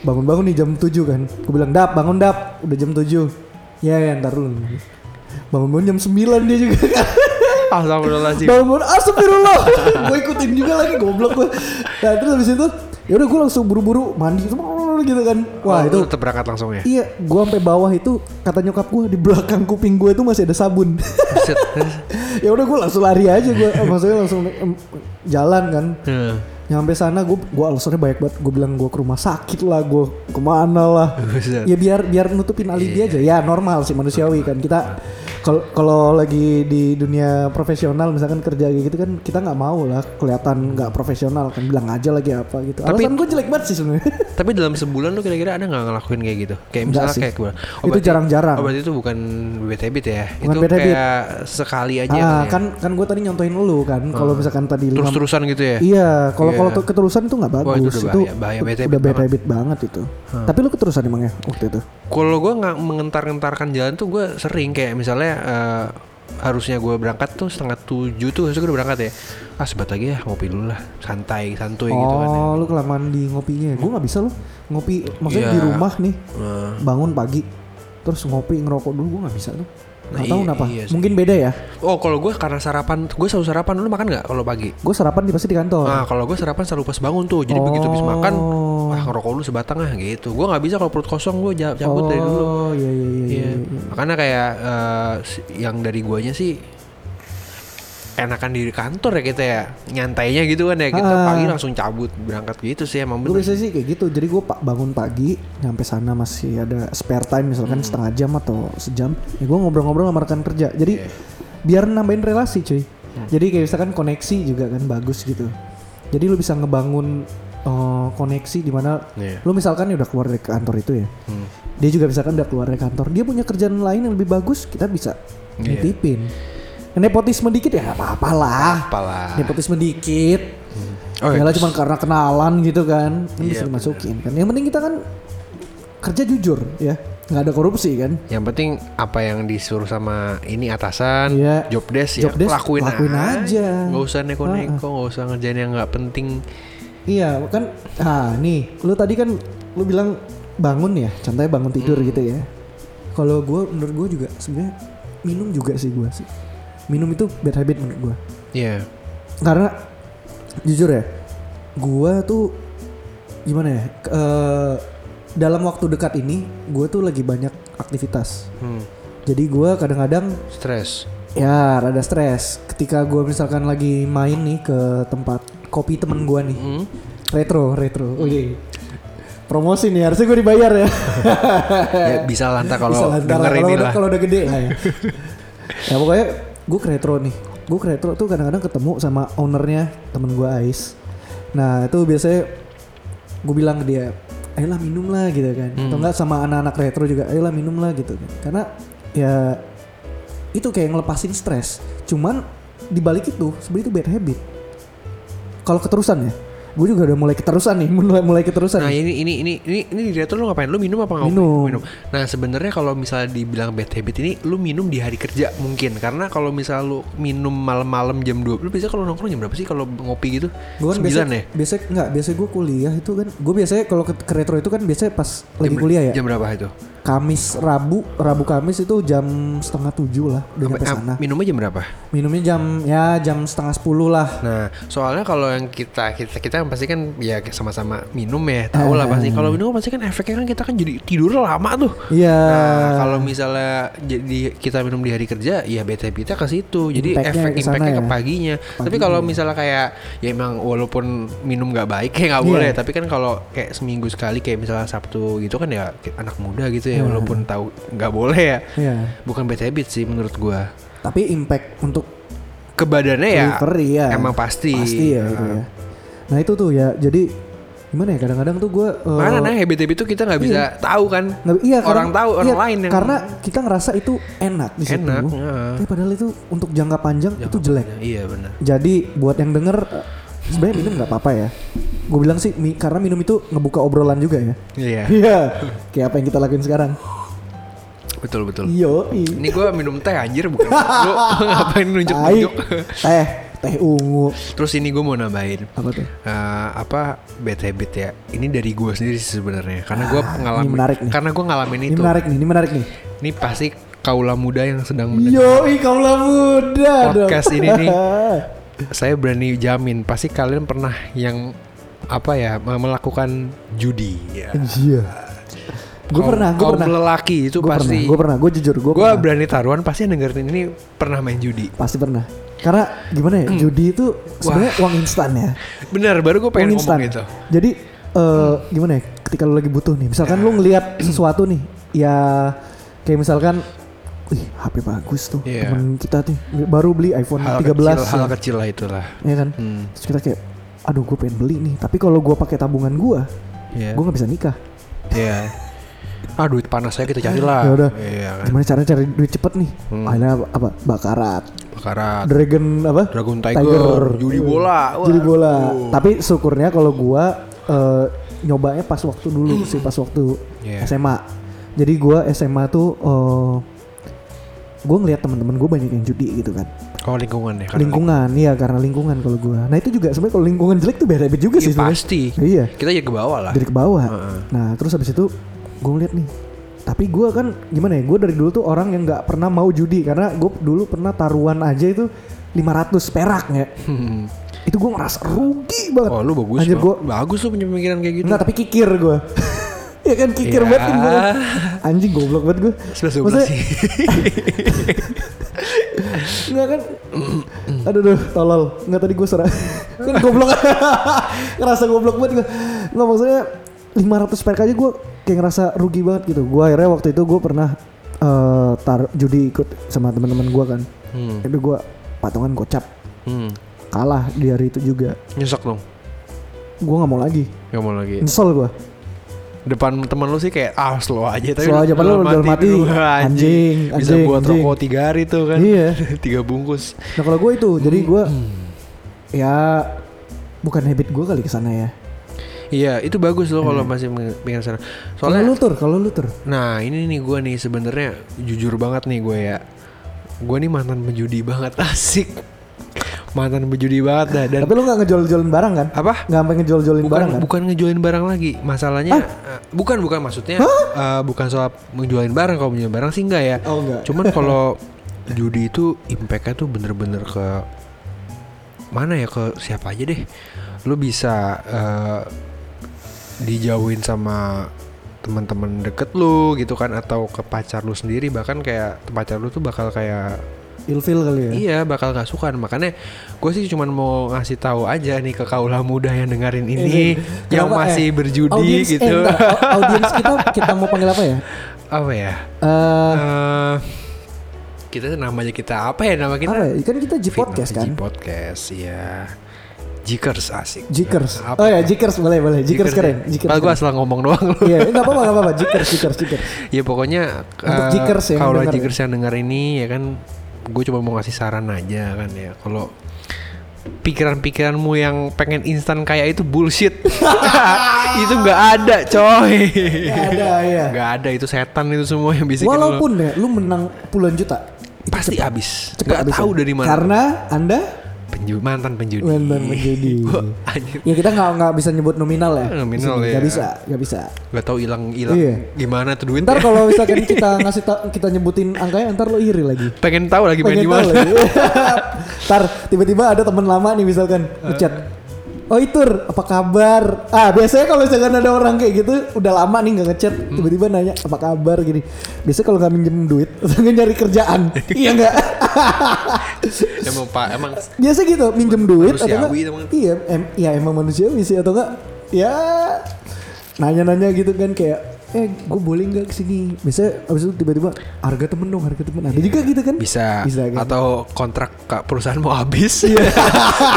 Speaker 2: Bangun-bangun nih jam 7 kan. Gue bilang, "Dap, bangun Dap. Udah jam 7." Ya, ya ntar dulu. Bangun-bangun jam 9 dia juga kan.
Speaker 1: Astagfirullahaladzim.
Speaker 2: bangun astagfirullah gue ikutin juga lagi goblok gue nah terus habis itu ya udah gue langsung buru-buru mandi gitu kan wah
Speaker 1: Oh,
Speaker 2: itu
Speaker 1: lu tetap berangkat langsung ya?
Speaker 2: Iya, gua sampai bawah itu kata nyokap gua di belakang kuping gua itu masih ada sabun.
Speaker 1: Buset.
Speaker 2: ya udah gua langsung lari aja gua Eh, maksudnya langsung em, jalan kan.
Speaker 1: Hmm.
Speaker 2: Nyampe sana gua gua alasannya banyak banget. Gua bilang gua ke rumah sakit lah, gua kemana lah.
Speaker 1: Buset. Iya.
Speaker 2: Ya biar biar nutupin alibi aja. Ya normal sih manusiawi kan. Kita kalau kalau lagi di dunia profesional misalkan kerja kayak gitu kan kita nggak mau lah kelihatan nggak profesional kan bilang aja lagi apa gitu.
Speaker 1: Tapi-
Speaker 2: Alasan gua jelek banget sih sebenarnya.
Speaker 1: Tapi dalam sebulan lu kira-kira ada nggak ngelakuin kayak gitu? Kayak
Speaker 2: Nggak
Speaker 1: misalnya
Speaker 2: sih.
Speaker 1: kayak gue.
Speaker 2: Itu jarang-jarang.
Speaker 1: Obat itu bukan bebet-bebet ya.
Speaker 2: Bukan
Speaker 1: itu
Speaker 2: bebet-bebet.
Speaker 1: kayak sekali aja
Speaker 2: Ah,
Speaker 1: kali ya.
Speaker 2: kan kan gue tadi nyontohin lu kan
Speaker 1: Hmm.
Speaker 2: kalau misalkan tadi lima
Speaker 1: terus-terusan gitu ya.
Speaker 2: Iya, kalau
Speaker 1: Iya.
Speaker 2: kalau tuh keterusan tuh nggak
Speaker 1: Wah,
Speaker 2: bagus.
Speaker 1: itu
Speaker 2: itu
Speaker 1: udah bahaya- bahaya bad habit
Speaker 2: udah bad
Speaker 1: banget. Hmm.
Speaker 2: habit banget itu. Tapi lu keterusan emang ya waktu itu.
Speaker 1: Kalau gue nggak mengentar-ngentarkan jalan tuh gue sering kayak misalnya eh, harusnya gue berangkat tuh setengah tujuh tuh harusnya gue berangkat ya. Ah sebat lagi ya ngopi dulu lah santai santuy
Speaker 2: oh,
Speaker 1: gitu kan. ya.
Speaker 2: lu kelamaan di ngopinya. Gue nggak bisa lu ngopi. Maksudnya
Speaker 1: Iya.
Speaker 2: di rumah nih,
Speaker 1: Nah,
Speaker 2: bangun pagi, terus ngopi ngerokok dulu gue nggak bisa tuh.
Speaker 1: Nah,
Speaker 2: Nggak tahu
Speaker 1: iya-
Speaker 2: kenapa.
Speaker 1: iya sih.
Speaker 2: Mungkin beda ya.
Speaker 1: Oh kalau gue karena sarapan gue selalu sarapan lu makan nggak kalau pagi?
Speaker 2: Gue sarapan di pasti di kantor.
Speaker 1: Nah kalau gue sarapan selalu pas bangun tuh jadi begitu habis makan
Speaker 2: Oh.
Speaker 1: wah ngerokok dulu sebatang ah gitu. Gue nggak bisa kalau perut kosong gue cabut
Speaker 2: oh,
Speaker 1: dari dulu.
Speaker 2: iya iya iya. iya.
Speaker 1: Iya. Makanya kayak eh, si- yang dari guanya sih enakan di kantor ya kita ya nyantainya gitu kan ya kita
Speaker 2: Ah.
Speaker 1: pagi langsung cabut berangkat gitu sih emang
Speaker 2: Gue
Speaker 1: bener.
Speaker 2: biasanya sih kayak gitu. Jadi gue pak bangun pagi, nyampe sana masih ada spare time misalkan
Speaker 1: Hmm.
Speaker 2: setengah jam atau sejam. Ya gue ngobrol-ngobrol sama rekan kerja. Jadi
Speaker 1: Iya.
Speaker 2: biar nambahin relasi, cuy.
Speaker 1: Hmm.
Speaker 2: Jadi kayak misalkan koneksi juga kan bagus gitu. Jadi lu bisa ngebangun eh, koneksi di mana
Speaker 1: Iya. Hmm.
Speaker 2: lu misalkan ya udah keluar dari kantor itu ya. Dia juga misalkan udah keluar dari kantor, dia punya kerjaan lain yang lebih bagus, kita bisa
Speaker 1: Iya.
Speaker 2: nitipin. Nepotisme dikit ya apa-apalah.
Speaker 1: Apalah.
Speaker 2: Nepotisme dikit.
Speaker 1: Oh, iya.
Speaker 2: Yalah cuma karena kenalan gitu kan. Ini
Speaker 1: Iya,
Speaker 2: bisa dimasukin kan. Yang penting kita kan kerja jujur ya. nggak ada korupsi kan.
Speaker 1: Yang penting apa yang disuruh sama ini atasan,
Speaker 2: Iya.
Speaker 1: job desk ya
Speaker 2: Job desk,
Speaker 1: lakuin,
Speaker 2: lakuin aja. Ah,
Speaker 1: Gak usah neko-neko, gak usah ngerjain yang nggak penting.
Speaker 2: Iya kan. Ah nih. Lu tadi kan lu bilang bangun ya. Contohnya bangun tidur gitu ya. Kalau gue menurut gue juga sebenarnya minum juga sih gue sih. Minum itu bad habit menurut gue.
Speaker 1: Iya.
Speaker 2: karena jujur ya gua tuh gimana ya ke- eh, dalam waktu dekat ini gua tuh lagi banyak aktivitas
Speaker 1: Hmm.
Speaker 2: jadi gua kadang-kadang
Speaker 1: Stres.
Speaker 2: ya rada stres ketika gua misalkan lagi main nih ke tempat kopi temen gua nih
Speaker 1: Hmm.
Speaker 2: retro retro oke promosi nih harusnya gua dibayar ya
Speaker 1: ya bisa lantak
Speaker 2: Eh, Bisa
Speaker 1: kalau
Speaker 2: lah, ntar
Speaker 1: dengerin
Speaker 2: lah, kalau
Speaker 1: ini
Speaker 2: udah,
Speaker 1: lah.
Speaker 2: kalau udah gede lah ya. ya pokoknya gue ke retro nih. Gue ke retro tuh kadang-kadang ketemu sama ownernya temen gue Ais. Nah itu biasanya gue bilang ke dia, ayolah minum lah gitu kan.
Speaker 1: Hmm.
Speaker 2: Atau enggak sama anak-anak retro juga, ayolah minum lah gitu kan. Karena ya itu kayak ngelepasin stres. Cuman dibalik itu sebenarnya itu bad habit. Kalau keterusan ya, gue juga udah mulai keterusan nih, mulai mulai keterusan.
Speaker 1: Nah
Speaker 2: nih.
Speaker 1: ini ini ini ini ini di diet lu ngapain? Lu minum apa nggak?
Speaker 2: Minum.
Speaker 1: Nah sebenarnya kalau misalnya dibilang bad habit ini, lu minum di hari kerja mungkin karena kalau misal lu minum malam-malam jam 2 lu bisa kalau nongkrong jam berapa sih kalau ngopi gitu?
Speaker 2: Gue kan biasa,
Speaker 1: Sembilan ya?
Speaker 2: biasa nggak biasa gue kuliah itu kan gue biasanya kalau ke, ke retro itu kan biasanya pas lagi kuliah ya
Speaker 1: Jam berapa itu?
Speaker 2: Kamis Rabu Rabu Kamis itu jam setengah tujuh lah udah nyampe
Speaker 1: Ah,
Speaker 2: sana
Speaker 1: minumnya jam berapa?
Speaker 2: minumnya jam ya jam setengah sepuluh lah
Speaker 1: Nah, soalnya kalau yang kita kita kita kan pasti kan ya sama-sama minum ya, tahu
Speaker 2: Eh.
Speaker 1: lah pasti. Kalau minum pasti kan efeknya kan kita kan jadi tidur lama tuh.
Speaker 2: iya
Speaker 1: Nah, kalau misalnya jadi kita minum di hari kerja, ya bete kita ke situ. Jadi
Speaker 2: Impact-nya
Speaker 1: efek
Speaker 2: ke sana
Speaker 1: impactnya ke
Speaker 2: ya.
Speaker 1: paginya. Tapi kalau misalnya kayak ya emang walaupun minum nggak baik kayak nggak boleh.
Speaker 2: Iya.
Speaker 1: Tapi kan kalau kayak seminggu sekali kayak misalnya Sabtu gitu kan ya kayak anak muda gitu ya, walaupun tahu nggak boleh ya.
Speaker 2: iya
Speaker 1: Bukan bete habit sih menurut gua.
Speaker 2: tapi impact untuk
Speaker 1: Ke badannya ya,
Speaker 2: liver ya
Speaker 1: emang pasti.
Speaker 2: pasti ya itu ya nah itu tuh ya jadi gimana ya kadang-kadang tuh gue
Speaker 1: Mana nah habit-habit itu kita nggak bisa tahu kan.
Speaker 2: Nggak- iya,
Speaker 1: orang
Speaker 2: karena-
Speaker 1: tahu orang
Speaker 2: iya,
Speaker 1: lain yang
Speaker 2: karena kita ngerasa itu enak di situ.
Speaker 1: Enak, heeh.
Speaker 2: Tapi padahal itu untuk jangka panjang itu jelek.
Speaker 1: Iya benar.
Speaker 2: Jadi buat yang denger eh, sebenarnya minum nggak apa-apa ya. Gue bilang sih mi- karena minum itu ngebuka obrolan juga ya.
Speaker 1: Iya,
Speaker 2: Iya. Kayak apa yang kita lakuin sekarang.
Speaker 1: betul betul.
Speaker 2: Yo.
Speaker 1: Ini gue minum teh anjir bukan Lu ngapain
Speaker 2: Tai,
Speaker 1: nunjuk-nunjuk
Speaker 2: teh, teh ungu.
Speaker 1: Terus ini gue mau nambahin
Speaker 2: Apa tuh?
Speaker 1: eh, apa bad habit ya ini dari gue sendiri sih sebenarnya karena gue ngalamin
Speaker 2: Ah, menarik nih.
Speaker 1: karena gue ngalamin
Speaker 2: Ini
Speaker 1: itu
Speaker 2: menarik nih, ini menarik nih.
Speaker 1: ini pasti kaula muda yang sedang mendengar
Speaker 2: Yo, kaulah muda dong.
Speaker 1: Podcast ini nih. saya berani jamin pasti kalian pernah yang apa ya me- melakukan judi ya.
Speaker 2: Iya. Gue
Speaker 1: Kaum-
Speaker 2: pernah, gue
Speaker 1: kaum
Speaker 2: pernah.
Speaker 1: lelaki itu
Speaker 2: Gue pernah,
Speaker 1: pasti
Speaker 2: gue pernah, gue jujur, gue
Speaker 1: gue
Speaker 2: pernah.
Speaker 1: berani taruhan pasti yang dengerin ini pernah main judi
Speaker 2: Pasti pernah. Karena gimana
Speaker 1: Hmm.
Speaker 2: ya, judi itu sebenarnya uang instan ya.
Speaker 1: bener baru gue
Speaker 2: Uang
Speaker 1: pengen
Speaker 2: instan.
Speaker 1: ngomong gitu
Speaker 2: Jadi eh, gimana ya, ketika lu lagi butuh nih, misalkan lu ngelihat sesuatu nih, ya kayak misalkan Wih, HP bagus tuh.
Speaker 1: Iya.
Speaker 2: Temen kita nih baru beli iPhone
Speaker 1: hal
Speaker 2: 13
Speaker 1: kecil, hal Hmm.
Speaker 2: ya.
Speaker 1: kecil lah itulah
Speaker 2: Iya kan? Terus kita kayak aduh gue pengen beli nih, tapi kalau gue pakai tabungan gue,
Speaker 1: Iya.
Speaker 2: gue nggak bisa nikah.
Speaker 1: Iya. Ah duit panas saya kita cari lah.
Speaker 2: Ya udah.
Speaker 1: Iya kan. Hmm.
Speaker 2: Gimana caranya cari duit cepet nih? Akhirnya apa, apa? Bakarat.
Speaker 1: Bakarat.
Speaker 2: Dragon apa?
Speaker 1: Dragon Tiger, judi bola. Wah,
Speaker 2: Judi bola.
Speaker 1: aduh.
Speaker 2: Tapi syukurnya kalau gua eh, nyobanya pas waktu dulu sih pas waktu
Speaker 1: Iya.
Speaker 2: SMA. Jadi gua SMA tuh eh, gua ngelihat teman-teman gua banyak yang judi gitu kan.
Speaker 1: Kalau lingkungan ya.
Speaker 2: lingkungan, iya karena lingkungan kalau gua. Nah, itu juga sebenarnya kalau lingkungan jelek tuh bad habit juga
Speaker 1: Iya,
Speaker 2: sih sebenarnya.
Speaker 1: pasti.
Speaker 2: Iya.
Speaker 1: Kita jadi ke bawah lah.
Speaker 2: Dari ke bawah. Nah, terus habis itu gue ngeliat nih. Tapi gue kan gimana ya? Gue dari dulu tuh orang yang nggak pernah mau judi karena gue dulu pernah taruhan aja itu 500 perak ya.
Speaker 1: Hmm.
Speaker 2: Itu gue ngerasa rugi banget.
Speaker 1: Oh lu bagus.
Speaker 2: Anjir
Speaker 1: Bang.
Speaker 2: gue
Speaker 1: Bagus lu punya pemikiran kayak gitu.
Speaker 2: enggak tapi kikir gue. ya kan kikir
Speaker 1: Ya.
Speaker 2: banget kan gue. Anjing goblok banget gue.
Speaker 1: Sebelas dua
Speaker 2: Maksudnya-
Speaker 1: sih.
Speaker 2: Enggak kan Aduh duh tolol Enggak tadi gue serah Kan goblok Ngerasa goblok banget gue Enggak maksudnya 500 perk aja gue kayak ngerasa rugi banget gitu Gue akhirnya waktu itu gue pernah eh, tar judi ikut sama teman-teman gue kan
Speaker 1: Hmm.
Speaker 2: Itu gue patungan gocap
Speaker 1: Hmm.
Speaker 2: Kalah di hari itu juga
Speaker 1: Nyesek dong.
Speaker 2: Gue gak mau lagi
Speaker 1: Gak mau lagi.
Speaker 2: Nyesel gue
Speaker 1: Depan teman lu sih kayak ah slow aja tapi
Speaker 2: Slow aja, padahal
Speaker 1: dalam
Speaker 2: lu dalam
Speaker 1: hati
Speaker 2: hati,
Speaker 1: lu, "Wah,
Speaker 2: anjing,
Speaker 1: Bisa
Speaker 2: anjing,
Speaker 1: buat
Speaker 2: anjing."
Speaker 1: rokok tiga hari tuh kan. Hmm.
Speaker 2: Iya
Speaker 1: tiga bungkus.
Speaker 2: Nah kalau gue itu Jadi gue Ya Bukan habit gue kali kesana ya
Speaker 1: Iya, itu bagus loh
Speaker 2: Hmm.
Speaker 1: kalau masih pengen sana.
Speaker 2: Kalau
Speaker 1: Soalnya
Speaker 2: lu tur Kalau lu tur
Speaker 1: Nah ini nih gue nih sebenarnya jujur banget nih gue ya Gue nih mantan penjudi banget asik Mantan penjudi banget dah dan
Speaker 2: Tapi lu gak ngejual-jualin barang kan?
Speaker 1: Apa?
Speaker 2: Gak sampai ngejual-jualin
Speaker 1: Bukan
Speaker 2: barang kan?
Speaker 1: bukan ngejualin barang lagi Masalahnya eh, Bukan bukan maksudnya eh, Bukan soal ngejualin barang Kalau ngejualin barang sih enggak ya
Speaker 2: Oh, enggak.
Speaker 1: Cuman kalau judi itu impact-nya tuh bener-bener ke Mana ya ke siapa aja deh Lu bisa eh, dijauhin sama teman-teman deket lu gitu kan atau ke pacar lu sendiri bahkan kayak pacar lu tuh bakal kayak
Speaker 2: Ilfil kali ya?
Speaker 1: Iya bakal gak suka makanya gue sih cuman mau ngasih tahu aja nih ke kaula muda yang dengerin ini
Speaker 2: iya. Kenapa,
Speaker 1: yang masih
Speaker 2: eh,
Speaker 1: berjudi
Speaker 2: audiens- eh,
Speaker 1: gitu
Speaker 2: entar, au- audiens kita kita mau panggil apa ya?
Speaker 1: apa ya
Speaker 2: Eh
Speaker 1: Eh, kita namanya kita apa ya nama
Speaker 2: apa
Speaker 1: kita
Speaker 2: ya? Kan kita G podcast kan?
Speaker 1: G podcast ya Jikers asik
Speaker 2: Jikers.
Speaker 1: Apa
Speaker 2: Oh ya Jikers boleh boleh. Jikers,
Speaker 1: Jikers ya?
Speaker 2: keren. Jikers.
Speaker 1: Padahal gue
Speaker 2: keren.
Speaker 1: asal ngomong doang lu
Speaker 2: Iya, enggak apa-apa, enggak apa-apa. Jikers, Jikers, Jikers.
Speaker 1: ya pokoknya
Speaker 2: Untuk
Speaker 1: eh,
Speaker 2: jikers yang
Speaker 1: kalau
Speaker 2: denger ya.
Speaker 1: jikers yang denger ini ya kan gue cuma mau ngasih saran aja kan ya kalau pikiran-pikiranmu yang pengen instan kayak itu bullshit itu nggak ada coy
Speaker 2: Nggak ada, ya.
Speaker 1: Iya. nggak ada itu setan itu semua yang bisikin
Speaker 2: Walaupun ya lu menang puluhan juta.
Speaker 1: lo. pasti habis
Speaker 2: Cepat
Speaker 1: nggak
Speaker 2: habisnya.
Speaker 1: tahu dari mana
Speaker 2: Karena Anda
Speaker 1: penjudi, penjudi mantan penjudi
Speaker 2: Mantan penjudi.
Speaker 1: Wah, anjir
Speaker 2: Ya kita nggak nggak bisa nyebut nominal ya.
Speaker 1: Nominal ya.
Speaker 2: Gak bisa, gak bisa.
Speaker 1: nggak tahu hilang hilang
Speaker 2: Iya.
Speaker 1: gimana tuh duit
Speaker 2: Ntar kalau misalkan kita ngasih ta- kita nyebutin angkanya, ntar lo iri lagi.
Speaker 1: pengen tahu lagi main di
Speaker 2: Pengen tahu
Speaker 1: mana
Speaker 2: iya. lagi. Ntar tiba-tiba ada teman lama nih misalkan ngechat. Oh Itur, apa kabar? Ah biasanya kalau misalkan ada orang kayak gitu udah lama nih nggak ngechat, tiba-tiba nanya apa kabar gini. Biasanya kalau nggak minjem duit, langsung nyari kerjaan. iya nggak?
Speaker 1: emang pak emang
Speaker 2: Biasa gitu, minjem duit atau
Speaker 1: Manusiawi
Speaker 2: enggak?
Speaker 1: emang.
Speaker 2: Iya, em, ya emang manusiawi sih atau enggak? Ya nanya-nanya gitu kan kayak eh gue boleh nggak kesini biasanya abis itu tiba-tiba harga temen dong harga temen ada juga gitu Iya. kan
Speaker 1: Iya, bisa,
Speaker 2: bisa kan?
Speaker 1: atau kontrak ke perusahaan mau habis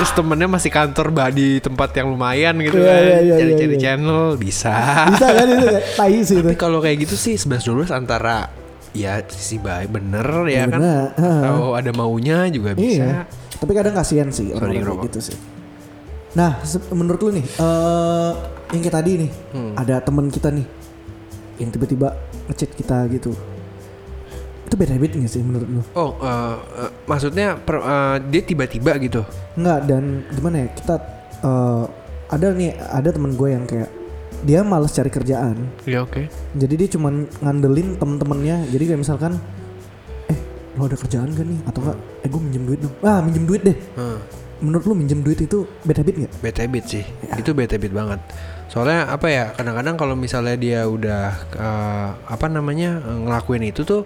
Speaker 1: terus temennya masih kantor bah di tempat yang lumayan gitu
Speaker 2: Iya,
Speaker 1: kan
Speaker 2: iya, iya,
Speaker 1: cari-cari
Speaker 2: iya, iya.
Speaker 1: channel bisa
Speaker 2: bisa kan itu kan? tai sih itu
Speaker 1: tapi kalau kayak gitu sih 11 12 antara ya sisi baik bener ya kan
Speaker 2: Bener, heeh.
Speaker 1: atau ada maunya juga
Speaker 2: iya
Speaker 1: bisa
Speaker 2: tapi kadang kasihan sih orang
Speaker 1: ngerokok.
Speaker 2: kayak gitu sih nah se- menurut lu nih eh yang kayak tadi nih
Speaker 1: Hmm.
Speaker 2: ada temen kita nih yang tiba-tiba ngechat kita gitu itu bad habit nggak sih menurut lu
Speaker 1: oh eh, eh, maksudnya per- eh, dia tiba-tiba gitu
Speaker 2: Enggak dan gimana ya kita eh, ada nih ada teman gue yang kayak dia malas cari kerjaan
Speaker 1: ya oke
Speaker 2: jadi dia cuman ngandelin temen-temennya jadi kayak misalkan eh lo ada kerjaan gak nih atau enggak eh gue minjem duit dong ah minjem duit deh
Speaker 1: Heeh.
Speaker 2: menurut lu minjem duit itu bad habit nggak
Speaker 1: bad habit sih itu bad habit banget soalnya apa ya kadang-kadang kalau misalnya dia udah eh, apa namanya eh, ngelakuin itu tuh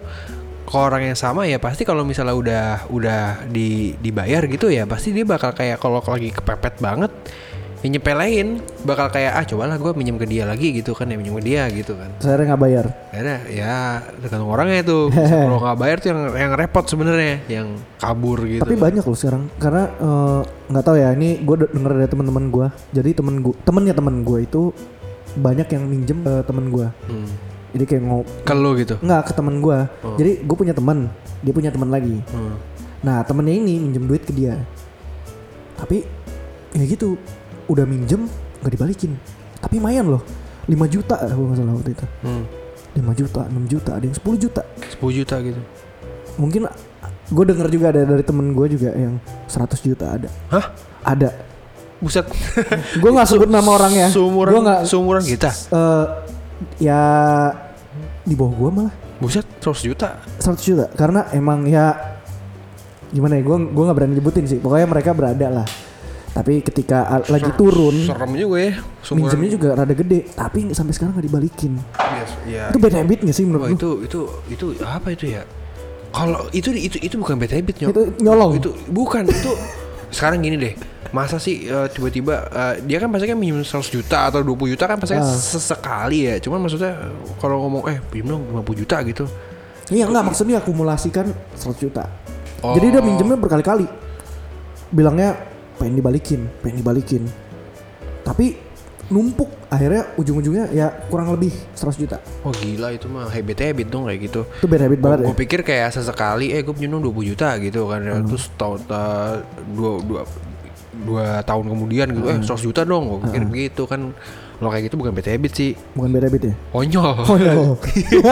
Speaker 1: ke orang yang sama ya pasti kalau misalnya udah udah di dibayar gitu ya pasti dia bakal kayak kalau lagi kepepet banget ya nyepelein bakal kayak ah cobalah gue minjem ke dia lagi gitu kan ya minjem ke dia gitu kan
Speaker 2: saya nggak bayar
Speaker 1: Akhirnya ya tergantung orangnya itu kalau nggak bayar tuh yang yang repot sebenarnya yang kabur gitu
Speaker 2: tapi banyak loh sekarang karena eh, nggak tahu ya ini gue denger dari teman-teman gue jadi temen gue temennya temen gue itu banyak yang minjem ke temen gue
Speaker 1: Hmm.
Speaker 2: jadi kayak ngop
Speaker 1: ke lu gitu
Speaker 2: Nggak ke teman gue.
Speaker 1: Oh.
Speaker 2: Jadi gue punya teman, dia punya teman lagi.
Speaker 1: Hmm.
Speaker 2: Nah temennya ini minjem duit ke dia, tapi ya gitu udah minjem nggak dibalikin. Tapi lumayan loh, 5 juta kalau nggak salah waktu itu.
Speaker 1: Hmm.
Speaker 2: 5 juta, 6 juta, ada yang 10 juta.
Speaker 1: 10 juta gitu
Speaker 2: Mungkin gue denger juga ada dari temen gue juga yang 100 juta ada.
Speaker 1: hah
Speaker 2: Ada.
Speaker 1: Buset.
Speaker 2: Gue nggak sebut nama orangnya.
Speaker 1: Seumuran,
Speaker 2: Gua nggak.
Speaker 1: seumuran kita.
Speaker 2: eh, ya di bawah gue malah.
Speaker 1: Buset, 100 juta.
Speaker 2: 100 juta karena emang ya gimana ya gue gue nggak berani nyebutin sih pokoknya mereka berada lah tapi ketika a- lagi turun
Speaker 1: Serem juga ya.
Speaker 2: minjemnya juga rada gede tapi sampai sekarang nggak dibalikin
Speaker 1: Yes, ya.
Speaker 2: itu bad habit nggak sih menurut
Speaker 1: Wah,
Speaker 2: lu?
Speaker 1: itu itu itu apa itu ya? Kalau itu itu itu bukan bad habit nyok.
Speaker 2: Itu oh. nyolong.
Speaker 1: Itu bukan itu sekarang gini deh. Masa sih eh, tiba-tiba eh, dia kan pasti kan minjem 100 juta atau 20 juta kan pasti kan
Speaker 2: Ah.
Speaker 1: sesekali ya. Cuman maksudnya eh, kalau ngomong eh pinjam dong 50 juta gitu.
Speaker 2: iya nggak maksudnya akumulasikan 100 juta
Speaker 1: Oh.
Speaker 2: jadi dia minjemnya berkali-kali bilangnya pengen dibalikin pengen dibalikin tapi numpuk akhirnya ujung-ujungnya ya kurang lebih 100 juta
Speaker 1: Oh gila itu mah habit habit dong kayak gitu.
Speaker 2: itu bad habit banget ya
Speaker 1: Gue pikir kayak sesekali eh gue pinjam dong 20 juta gitu kan ya. Terus tahun ta- dua, dua, dua tahun kemudian gitu eh 100 juta dong gue pikir begitu kan lo kayak gitu bukan bad habit sih
Speaker 2: bukan bad habit ya
Speaker 1: konyol
Speaker 2: oh no.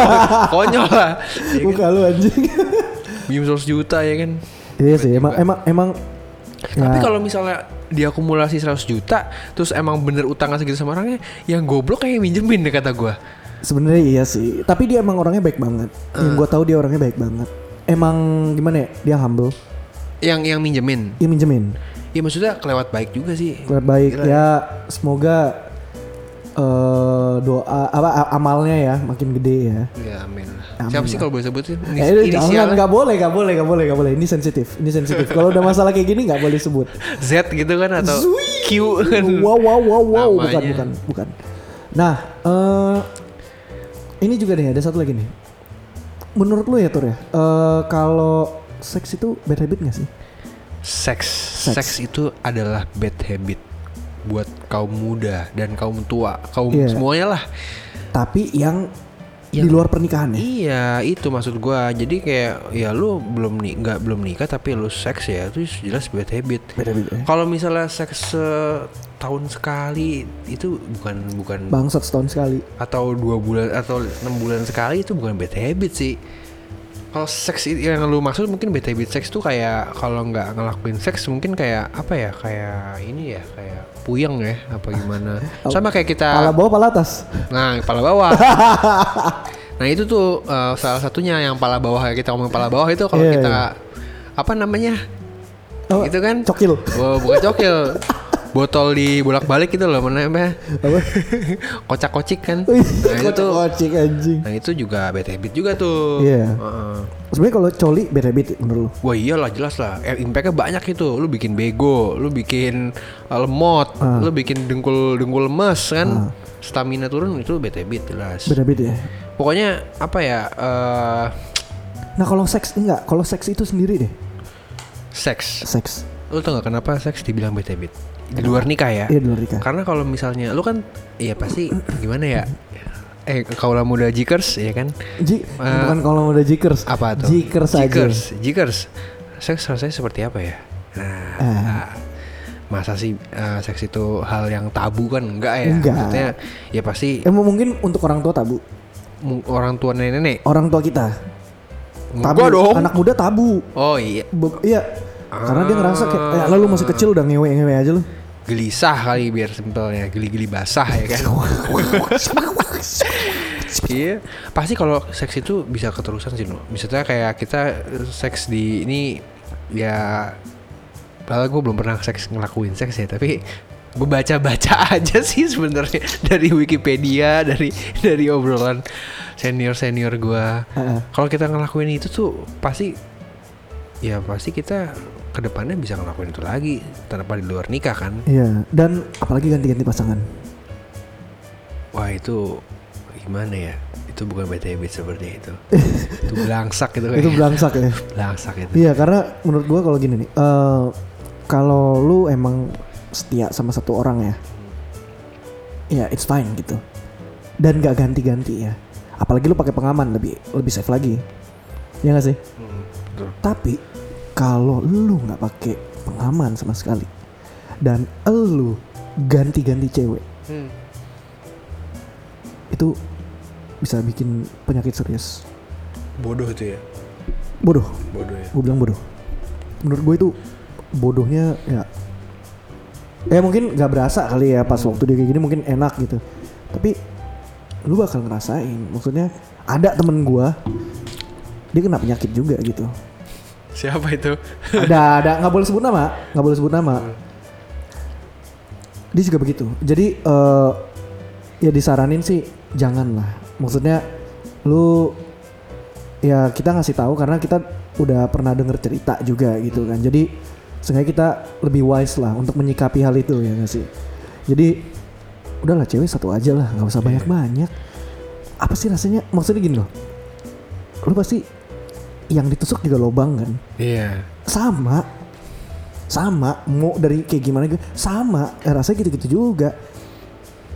Speaker 1: konyol lah Ya kan?
Speaker 2: Muka lu anjing
Speaker 1: pinjam 100 juta ya kan
Speaker 2: Iya sih, emang emang emang ya,
Speaker 1: tapi kalau misalnya diakumulasi 100 juta terus emang bener utangnya segitu sama orangnya yang goblok kayak minjemin deh kata gue
Speaker 2: sebenarnya iya sih. Tapi dia emang orangnya baik banget.
Speaker 1: Eh.
Speaker 2: Yang gue tahu dia orangnya baik banget. Emang gimana ya? Dia humble.
Speaker 1: yang yang minjemin
Speaker 2: Dia minjemin.
Speaker 1: ya maksudnya kelewat baik juga sih
Speaker 2: Kelihatan baik ya. Semoga eh doa apa a- amalnya ya makin gede ya.
Speaker 1: ya amin lah. Ya, siapa sih kalau boleh sebutin Ini-
Speaker 2: Eh, ini jangan,
Speaker 1: inisialnya
Speaker 2: nggak boleh, nggak boleh, nggak boleh, nggak boleh. Ini sensitif, ini sensitif. Kalau udah masalah kayak gini nggak boleh sebut.
Speaker 1: Z gitu kan atau
Speaker 2: Zui.
Speaker 1: Q kan.
Speaker 2: Wow, wow, wow, wow. Bukan,
Speaker 1: Namanya.
Speaker 2: bukan, bukan. Nah, eh ini juga nih ada satu lagi nih. Menurut lu ya Tur ya, eh, kalau seks itu bad habit gak sih?
Speaker 1: Seks. Seks itu adalah bad habit buat kaum muda dan kaum tua, kaum
Speaker 2: Iya.
Speaker 1: semuanya lah.
Speaker 2: Tapi yang di luar pernikahan ya.
Speaker 1: Iya, itu maksud gua. Jadi kayak ya lu belum nih nggak belum nikah tapi lu seks ya itu jelas bad habit.
Speaker 2: Bad habit ya.
Speaker 1: Kalau misalnya seks tahun sekali itu bukan bukan
Speaker 2: Bangsat setahun sekali.
Speaker 1: atau dua bulan atau enam bulan sekali itu bukan bad habit sih Kalau seks i- yang lu maksud mungkin bete bit seks tuh kayak kalau nggak ngelakuin seks mungkin kayak apa ya kayak ini ya kayak puyeng ya apa gimana sama kayak kita
Speaker 2: Pala bawah, pala atas.
Speaker 1: nah kepala bawah nah itu tuh eh, salah satunya yang kepala bawah ya kita ngomong kepala bawah itu kalau
Speaker 2: Iya,
Speaker 1: kita apa namanya
Speaker 2: Apa?
Speaker 1: Gitu kan?
Speaker 2: Cokil.
Speaker 1: Wah, bukan cokil botol di bolak balik itu loh mana apa kocak kocik kan
Speaker 2: Oh, iya.
Speaker 1: nah itu tuh
Speaker 2: Kocok-kocik anjing.
Speaker 1: nah itu juga bete bit juga tuh
Speaker 2: Iya.
Speaker 1: Heeh.
Speaker 2: Sebenarnya kalau coli beda beda menurut lu.
Speaker 1: Wah iyalah jelas lah Eh, Impactnya banyak itu Lu bikin bego Lu bikin uh, lemot Lu bikin dengkul-dengkul lemes kan Stamina turun itu bete-bete jelas
Speaker 2: Beda beda ya.
Speaker 1: Pokoknya apa ya eh
Speaker 2: Nah kalau seks enggak, kalau seks itu sendiri deh.
Speaker 1: Seks
Speaker 2: Seks.
Speaker 1: Lu tau gak kenapa seks dibilang bete-bete Di luar nikah ya
Speaker 2: Iya dulu Rika.
Speaker 1: Karena kalau misalnya Lu kan Iya pasti Gimana ya Eh kaulah muda jikers ya kan
Speaker 2: Ji,
Speaker 1: Eh,
Speaker 2: bukan kalau udah jikers.
Speaker 1: Apa tuh?
Speaker 2: Jikers aja.
Speaker 1: Jikers Jikers Seks rasanya seperti apa ya Nah
Speaker 2: Eh,
Speaker 1: Ah, masa sih eh, seks itu hal yang tabu kan enggak ya
Speaker 2: Enggak.
Speaker 1: maksudnya ya pasti
Speaker 2: emang Eh, mungkin untuk orang tua tabu.
Speaker 1: mu- orang tua nenek nenek
Speaker 2: Orang tua kita.
Speaker 1: gua dong
Speaker 2: Anak muda tabu.
Speaker 1: oh iya
Speaker 2: Be- iya. Karena dia ngerasa kayak, eh, lah, lu masih kecil udah ngewe-ngewe aja lu.
Speaker 1: gelisah kali biar simpelnya geli-geli basah ya kan iya pasti kalau seks itu bisa keterusan sih no misalnya kayak kita eh, seks di ini ya padahal gue belum pernah seks ngelakuin seks ya tapi gue baca-baca aja sih sebenarnya dari Wikipedia dari dari obrolan senior senior gue
Speaker 2: Heeh.
Speaker 1: kalau kita ngelakuin itu tuh pasti ya pasti kita kedepannya bisa ngelakuin itu lagi tanpa di luar nikah kan
Speaker 2: Iya, dan apalagi ganti-ganti pasangan.
Speaker 1: wah itu gimana ya itu bukan BTB seperti itu itu belangsak itu
Speaker 2: Itu
Speaker 1: kayaknya.
Speaker 2: belangsak ya.
Speaker 1: belangsak itu
Speaker 2: Iya, karena menurut gua kalau gini nih, eh, kalau lu emang setia sama satu orang ya, ya it's fine gitu. Dan gak ganti-ganti ya. Apalagi lu pakai pengaman lebih lebih safe lagi. Ya gak sih?
Speaker 1: Hmm, betul.
Speaker 2: Tapi kalau lu nggak pakai pengaman sama sekali dan elu ganti-ganti cewek itu bisa bikin penyakit serius.
Speaker 1: bodoh itu ya
Speaker 2: Bodoh,
Speaker 1: bodoh ya
Speaker 2: gue bilang bodoh. Menurut gue itu bodohnya ya. Ya mungkin nggak berasa kali ya pas waktu dia kayak gini mungkin enak gitu. Tapi lu bakal ngerasain. Maksudnya ada temen gua dia kena penyakit juga gitu.
Speaker 1: siapa itu
Speaker 2: ada ada nggak boleh sebut nama nggak boleh sebut nama dia juga begitu jadi eh, ya disaranin sih jangan lah maksudnya lu ya kita ngasih tahu karena kita udah pernah denger cerita juga gitu kan jadi seenggaknya kita lebih wise lah untuk menyikapi hal itu ya nggak sih jadi udahlah cewek satu aja lah nggak usah banyak banyak apa sih rasanya maksudnya gini loh lu pasti yang ditusuk juga lobang kan
Speaker 1: iya
Speaker 2: sama sama mau dari kayak gimana gitu sama Eh, rasanya gitu-gitu juga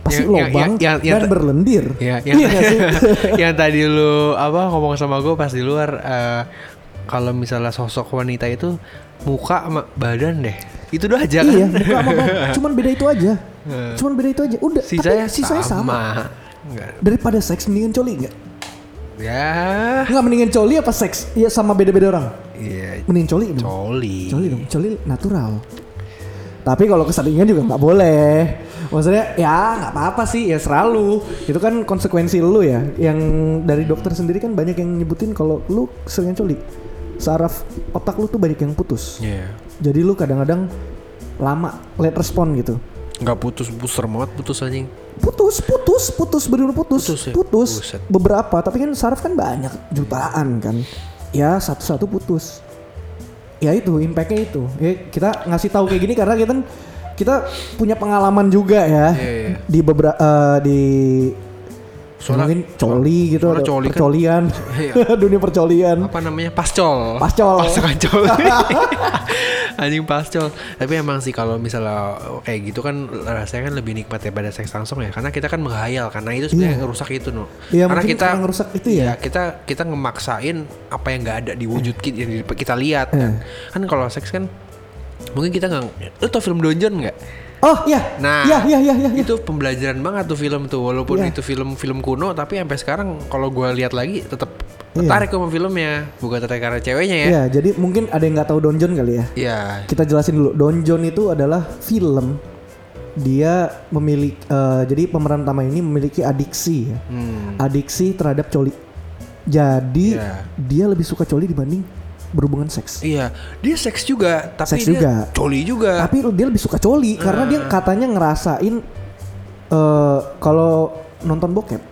Speaker 2: pasti
Speaker 1: Yang- yang-
Speaker 2: lobang
Speaker 1: yang- yang-
Speaker 2: dan berlendir
Speaker 1: Ya, yang,
Speaker 2: Iya nggak sih?
Speaker 1: yang tadi lu apa ngomong sama gue pas di luar eh, kalau misalnya sosok wanita itu muka sama badan deh itu udah aja kan
Speaker 2: iya muka sama bang. cuman beda itu aja cuman beda itu aja udah tapi
Speaker 1: sisanya,
Speaker 2: sisanya sama.
Speaker 1: sama, Nggak,
Speaker 2: daripada seks mendingan coli nggak
Speaker 1: ya
Speaker 2: nggak mendingan coli apa seks iya sama beda-beda orang
Speaker 1: iya
Speaker 2: mendingan coli dong
Speaker 1: coli
Speaker 2: coli dong coli natural tapi kalau kesalingan juga nggak boleh maksudnya ya nggak apa-apa sih ya selalu itu kan konsekuensi lu ya yang dari dokter sendiri kan banyak yang nyebutin kalau lu seringan coli saraf otak lu tuh banyak yang putus
Speaker 1: Iya.
Speaker 2: jadi lu kadang-kadang lama late respon gitu
Speaker 1: nggak putus booster banget putus anjing
Speaker 2: putus putus putus bener putus
Speaker 1: Putus
Speaker 2: putus,
Speaker 1: ya? Buset.
Speaker 2: beberapa tapi kan saraf kan banyak jutaan kan ya satu-satu putus ya itu impactnya itu ya, kita ngasih tahu kayak gini karena kita kan- kita punya pengalaman juga ya
Speaker 1: Iya, iya.
Speaker 2: di beberapa di
Speaker 1: Soalnya-
Speaker 2: mungkin coli gitu
Speaker 1: soalnya
Speaker 2: atau
Speaker 1: coli kan-
Speaker 2: percolian
Speaker 1: Iya.
Speaker 2: dunia percolian
Speaker 1: apa namanya pascol
Speaker 2: Pascol.
Speaker 1: pasangan col anjing pascol tapi emang sih kalau misalnya kayak gitu kan rasanya kan lebih nikmat daripada seks langsung ya karena kita kan menghayal karena itu sebenarnya ngerusak itu no
Speaker 2: Iya,
Speaker 1: karena iya,
Speaker 2: mungkin karena ngerusak itu ya.
Speaker 1: kita kita ngemaksain apa yang nggak ada di wujud kita yang di- kita lihat kan
Speaker 2: Iya.
Speaker 1: kan kalau seks kan mungkin kita nggak lu tau film Donjon nggak
Speaker 2: oh ya
Speaker 1: Nah,
Speaker 2: ya ya ya ya, ya.
Speaker 1: itu pembelajaran banget tuh film tuh walaupun
Speaker 2: Iya.
Speaker 1: itu film film kuno tapi sampai sekarang kalau gua lihat lagi tetap tertarik sama filmnya bukan tertarik karena ceweknya ya
Speaker 2: Iya, jadi mungkin ada yang nggak tahu Don John kali ya.
Speaker 1: Iya
Speaker 2: Kita jelasin dulu. Don John itu adalah film. Dia memiliki eh, jadi pemeran utama ini memiliki adiksi ya.
Speaker 1: hmm.
Speaker 2: Adiksi terhadap coli. Jadi
Speaker 1: Iya.
Speaker 2: dia lebih suka coli dibanding berhubungan seks.
Speaker 1: iya dia seks juga tapi
Speaker 2: Seks
Speaker 1: dia
Speaker 2: juga.
Speaker 1: coli juga
Speaker 2: Tapi dia lebih suka coli karena dia katanya ngerasain eh kalau nonton bokep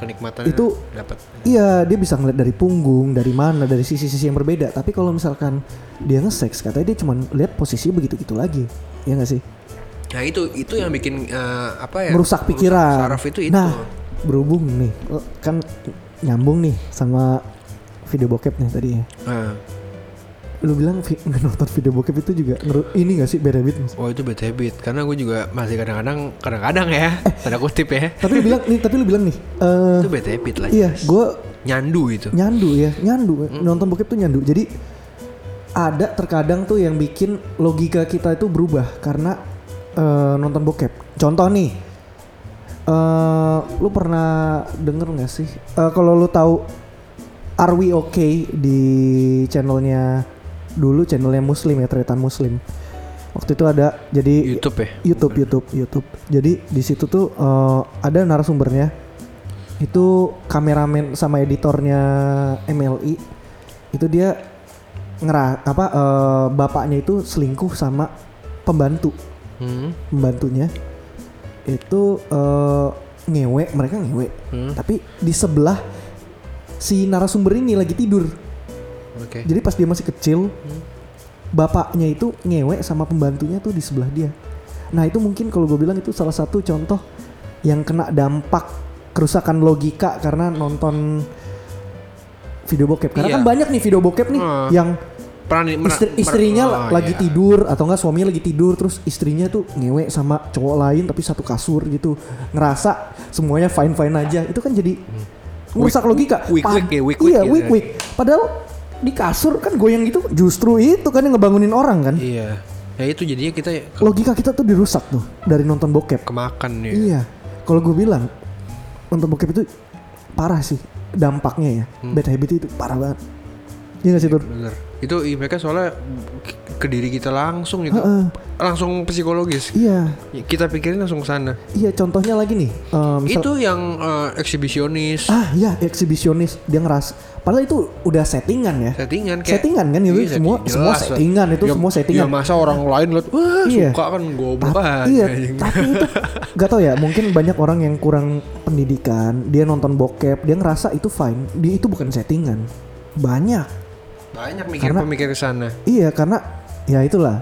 Speaker 1: kenikmatannya
Speaker 2: Itu-
Speaker 1: dapat
Speaker 2: Iya, dia bisa ngeliat dari punggung, dari mana, dari sisi-sisi yang berbeda. Tapi kalau misalkan dia nge-sex, katanya dia cuma lihat posisi begitu-gitu lagi. Iya nggak sih?
Speaker 1: nah itu itu yang bikin eh, apa ya
Speaker 2: Merusak pikiran.
Speaker 1: saraf itu itu
Speaker 2: Nah, berhubung nih, kan nyambung nih sama video bokepnya tadi ya.
Speaker 1: Nah,
Speaker 2: Lu bilang vi- nonton video bokep itu juga ngeru- ini nggak sih beda bit? Mas?
Speaker 1: Oh itu bad habit karena gue juga masih kadang-kadang kadang-kadang ya
Speaker 2: Eh.
Speaker 1: tanda kutip ya
Speaker 2: Tapi lu bilang nih, tapi lu bilang nih, eh
Speaker 1: itu bad habit lah
Speaker 2: iya, gue
Speaker 1: nyandu gitu. itu
Speaker 2: nyandu ya nyandu nonton bokep tuh nyandu jadi ada terkadang tuh yang bikin logika kita itu berubah karena eh, nonton bokep contoh nih eh lu pernah denger nggak sih Eh, kalau lu tahu Are We Okay di channelnya dulu channelnya Muslim ya Tretan Muslim waktu itu ada jadi
Speaker 1: YouTube ya
Speaker 2: YouTube, YouTube, YouTube. Jadi di situ tuh eh, ada narasumbernya. Itu kameramen sama editornya MLI. Itu dia ngera apa eh, bapaknya itu selingkuh sama pembantu,
Speaker 1: Hmm,
Speaker 2: pembantunya. Itu eh, ngewe, mereka ngewe. Tapi di sebelah si narasumber ini lagi tidur.
Speaker 1: oke Hmm.
Speaker 2: Jadi pas dia masih kecil, bapaknya itu ngewek sama pembantunya tuh di sebelah dia. Nah itu mungkin kalau gue bilang itu salah satu contoh yang kena dampak kerusakan logika karena nonton video bokep. Karena
Speaker 1: Iya.
Speaker 2: kan banyak nih video bokep nih
Speaker 1: Hmm.
Speaker 2: yang
Speaker 1: Peran- mer-
Speaker 2: istri-
Speaker 1: mer-
Speaker 2: istrinya
Speaker 1: oh,
Speaker 2: lagi
Speaker 1: iya.
Speaker 2: tidur atau enggak suaminya lagi tidur terus istrinya tuh ngewek sama cowok lain tapi satu kasur gitu ngerasa semuanya fine fine aja itu kan jadi merusak logika
Speaker 1: Hmm. weak-
Speaker 2: Pa-
Speaker 1: weak ya, weak- weak
Speaker 2: iya
Speaker 1: ya.
Speaker 2: weak weak padahal di kasur kan goyang gitu justru itu kan yang ngebangunin orang kan
Speaker 1: Iya. Ya itu jadinya kita ke-
Speaker 2: logika kita tuh dirusak tuh dari nonton bokep
Speaker 1: kemakan ya.
Speaker 2: iya kalau gue bilang nonton bokep itu parah sih dampaknya ya bad habit itu parah banget Iya gak sih Tur?
Speaker 1: Hmm. Bener. Itu i- mereka soalnya ke- ke diri kita langsung gitu.
Speaker 2: Heeh.
Speaker 1: Langsung psikologis.
Speaker 2: Iya,
Speaker 1: Kita pikirin langsung ke sana.
Speaker 2: iya contohnya lagi nih. eh, misal-
Speaker 1: Itu yang eh, eksibisionis,
Speaker 2: Ah ya eksibisionis dia ngeras. Padahal itu udah settingan ya.
Speaker 1: settingan kayak
Speaker 2: Settingan kan itu,
Speaker 1: Iya, setting-
Speaker 2: semua- semua
Speaker 1: jelas lah.
Speaker 2: settingan, itu
Speaker 1: Ya-
Speaker 2: semua settingan.
Speaker 1: ya masa orang lain lihat wah
Speaker 2: Iya.
Speaker 1: suka kan goblok
Speaker 2: Ta-
Speaker 1: aja. gitu.
Speaker 2: iya, tapi itu gak tau ya. Mungkin banyak orang yang kurang pendidikan. Dia nonton bokep, dia ngerasa itu fine. Dia itu bukan settingan. Banyak.
Speaker 1: banyak mikir
Speaker 2: Karena-
Speaker 1: pemikir ke sana
Speaker 2: Iya karena ya itulah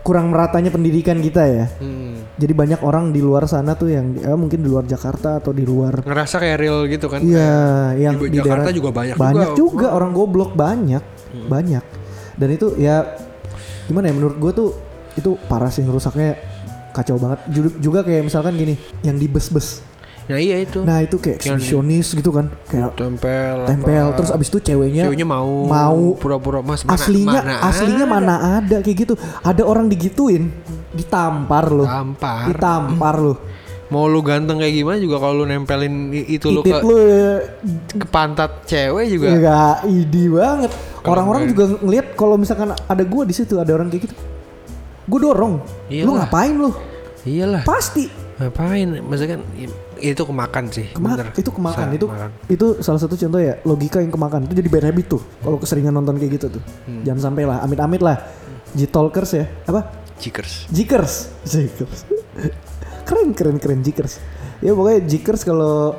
Speaker 2: kurang meratanya pendidikan kita ya.
Speaker 1: Hmm.
Speaker 2: Jadi banyak orang di luar sana tuh yang eh, mungkin di luar Jakarta atau di luar.
Speaker 1: ngerasa kayak real gitu kan
Speaker 2: Iya, yang
Speaker 1: di
Speaker 2: di,
Speaker 1: Jakarta
Speaker 2: daerah-
Speaker 1: juga banyak
Speaker 2: banyak
Speaker 1: juga. Hmm.
Speaker 2: juga orang goblok banyak, banyak. Dan itu ya gimana ya menurut gue tuh itu parah sih rusaknya kacau banget. Ju- Juga kayak misalkan gini, yang di bus-bus.
Speaker 1: nah iya itu
Speaker 2: Nah, itu kayak eksibisionis gitu kan. Kayak
Speaker 1: tempel apa.
Speaker 2: tempel terus abis itu ceweknya
Speaker 1: ceweknya mau
Speaker 2: mau
Speaker 1: pura-pura mas mana-
Speaker 2: aslinya
Speaker 1: mana
Speaker 2: aslinya mana ada kayak gitu. Ada orang digituin, ditampar loh.
Speaker 1: Tampar.
Speaker 2: Ditampar loh.
Speaker 1: mau lu ganteng kayak gimana juga kalau lu nempelin i- itu lu
Speaker 2: Titit
Speaker 1: ke,
Speaker 2: lu Iya.
Speaker 1: ke pantat cewek juga
Speaker 2: Enggak idi banget. Orang-orang juga ngelihat kalau misalkan ada gua di situ ada orang kayak gitu. Gue dorong. Lu
Speaker 1: Iyalah.
Speaker 2: ngapain lu?
Speaker 1: iyalah
Speaker 2: Pasti
Speaker 1: ngapain maksudnya kan i- itu kemakan sih
Speaker 2: kema-
Speaker 1: bener.
Speaker 2: itu kemakan
Speaker 1: Sa-
Speaker 2: itu
Speaker 1: makan.
Speaker 2: itu salah satu contoh ya logika yang kemakan itu jadi bad habit tuh kalau keseringan nonton kayak gitu tuh.
Speaker 1: Hmm.
Speaker 2: Jangan sampai lah amit-amit lah. G-talkers ya. Apa?
Speaker 1: Cheekers.
Speaker 2: Jikers. Jikers. keren keren keren jikers. Ya pokoknya jikers kalau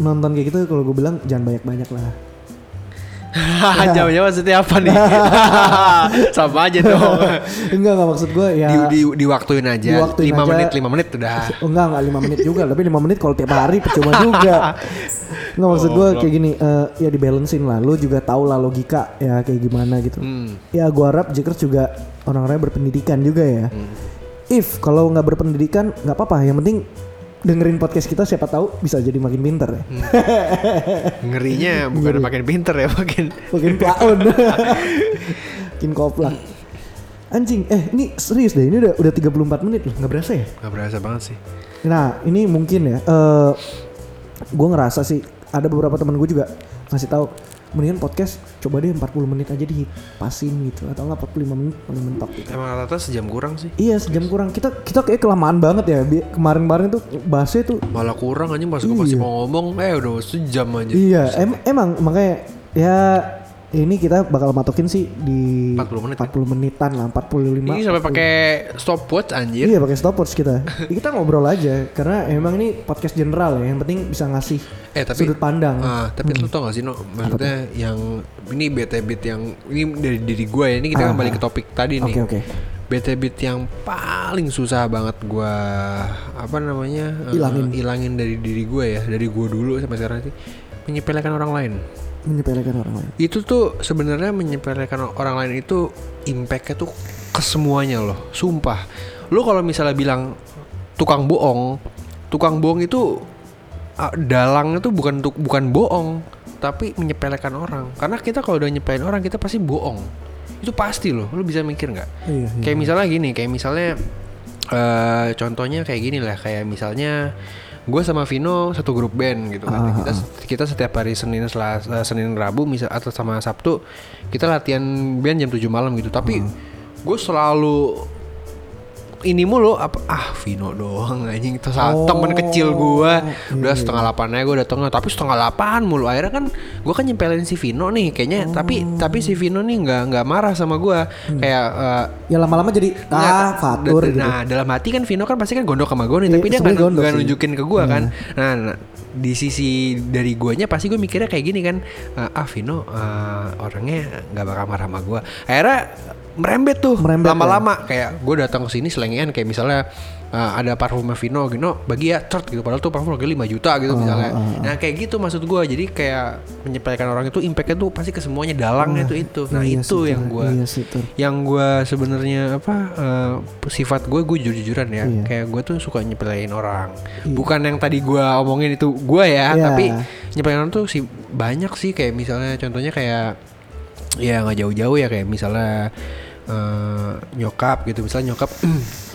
Speaker 2: nonton kayak gitu kalau gue bilang jangan banyak-banyak lah.
Speaker 1: Hahaha, jauh-jauh maksudnya apa nih? Sama aja dong.
Speaker 2: enggak enggak maksud gue ya
Speaker 1: Di, di, diwaktuin aja.
Speaker 2: Diwaktuin
Speaker 1: 5
Speaker 2: aja.
Speaker 1: menit, 5 menit udah.
Speaker 2: Oh, enggak enggak 5 menit juga tapi 5 menit kalau tiap hari percuma juga enggak maksud gue kayak gini eh, ya dibalancein lah lo juga tau lah logika ya kayak gimana gitu
Speaker 1: Hmm.
Speaker 2: ya gue harap Jakers juga orang-orang berpendidikan juga ya if kalau nggak berpendidikan nggak apa-apa yang penting dengerin podcast kita siapa tahu bisa jadi makin pinter ya
Speaker 1: Ngerinya bukan makin pinter ya, makin
Speaker 2: makin plaun makin koplak anjing eh ini serius deh ini udah udah 34 menit loh nggak berasa ya
Speaker 1: nggak berasa banget sih.
Speaker 2: Nah ini mungkin ya, eh gue ngerasa sih ada beberapa temen gue juga ngasih tahu mendingan podcast coba deh 40 menit aja dipasin gitu atau enggak 45 menit paling mentok gitu.
Speaker 1: Emang rata-rata sejam kurang sih.
Speaker 2: Iya sejam kurang kita kita kayak kelamaan banget ya Bi- kemarin-kemarin tuh bahasnya tuh
Speaker 1: Malah kurang aja pas gue pasti mau ngomong, eh udah sejam aja.
Speaker 2: iya em- emang makanya ya ini kita bakal matokin sih di
Speaker 1: 40 menit, ya?
Speaker 2: 40 menitan lah 45
Speaker 1: Ini sampai ya? pakai stopwatch anjir.
Speaker 2: Iya pakai stopwatch kita. Ya, kita ngobrol aja karena emang ini podcast general ya. Yang penting bisa ngasih
Speaker 1: Eh tapi
Speaker 2: sudut pandang.
Speaker 1: Ah, tapi
Speaker 2: Hmm.
Speaker 1: lu tau gak sih no maksudnya yang ini bete bit yang ini dari diri gue ya ini kita kan balik ke topik tadi
Speaker 2: Ah, Oke
Speaker 1: nih
Speaker 2: oke.
Speaker 1: bete bit yang paling susah banget gue apa namanya eh,
Speaker 2: Ilangin.
Speaker 1: ilangin dari diri gue ya dari gue dulu sampai sekarang sih menyepelekan orang lain
Speaker 2: Menyepelekan orang lain.
Speaker 1: itu tuh sebenarnya menyepelekan orang lain itu impactnya tuh ke semuanya loh sumpah lu kalau misalnya bilang tukang bohong tukang bohong itu ah, dalangnya tuh bukan tuk- bukan bohong tapi menyepelekan orang karena kita kalau udah nyepelin orang kita pasti bohong itu pasti loh lu bisa mikir nggak
Speaker 2: Iya. iya.
Speaker 1: Kayak misalnya gini, kayak misalnya eh contohnya kayak gini lah, kayak misalnya gue sama Vino satu grup band gitu
Speaker 2: Ah,
Speaker 1: kan. Kita kita setiap hari Senin Selasa, Senin Rabu misal atau sama Sabtu kita latihan band jam 7 malam gitu.
Speaker 2: Hmm.
Speaker 1: Tapi gue selalu ini mulu apa ah Vino doang anjing itu saat
Speaker 2: Oh,
Speaker 1: temen kecil gua udah
Speaker 2: iya.
Speaker 1: setengah delapan aja gue datangnya tapi setengah delapan mulu akhirnya kan gua kan nyempelin si Vino nih kayaknya tapi
Speaker 2: Oh.
Speaker 1: tapi si Vino nih nggak nggak marah sama gua
Speaker 2: Hmm.
Speaker 1: kayak eh,
Speaker 2: Ya lama-lama jadi
Speaker 1: Nggak,
Speaker 2: ah fatur
Speaker 1: da-
Speaker 2: gitu.
Speaker 1: Nah, dalam hati kan Vino kan pasti kan gondok sama gue nih,
Speaker 2: Iya,
Speaker 1: tapi dia
Speaker 2: sebenarnya
Speaker 1: nggak
Speaker 2: gondok
Speaker 1: nggak
Speaker 2: sih. Hmm.
Speaker 1: nunjukin ke gue kan. Nah, nah, di sisi dari guanya pasti gue mikirnya kayak gini kan, ah Vino eh, orangnya nggak bakal marah sama gue. Akhirnya merembet tuh
Speaker 2: Merembet ya.
Speaker 1: lama-lama kayak gue datang ke sini selengean kayak misalnya eh, ada parfumnya Vino Gino bagi ya cert gitu padahal tuh parfum harga 5 juta
Speaker 2: Ah,
Speaker 1: gitu misalnya nah kayak gitu maksud gue jadi kayak menyepelekan orang itu impactnya tuh pasti ke semuanya dalangnya tuh itu nah
Speaker 2: Iya
Speaker 1: itu
Speaker 2: sih,
Speaker 1: yang
Speaker 2: Tur.
Speaker 1: gue
Speaker 2: Iya sih Tur.
Speaker 1: yang gue sebenarnya apa eh, sifat gue gue jujur jujuran ya
Speaker 2: Iya.
Speaker 1: kayak gue tuh suka nyepelein orang bukan yang tadi gue omongin itu gue ya
Speaker 2: Iya.
Speaker 1: tapi nyepelein orang tuh sih banyak sih kayak misalnya contohnya kayak ya nggak jauh-jauh ya kayak misalnya eh, nyokap gitu misalnya nyokap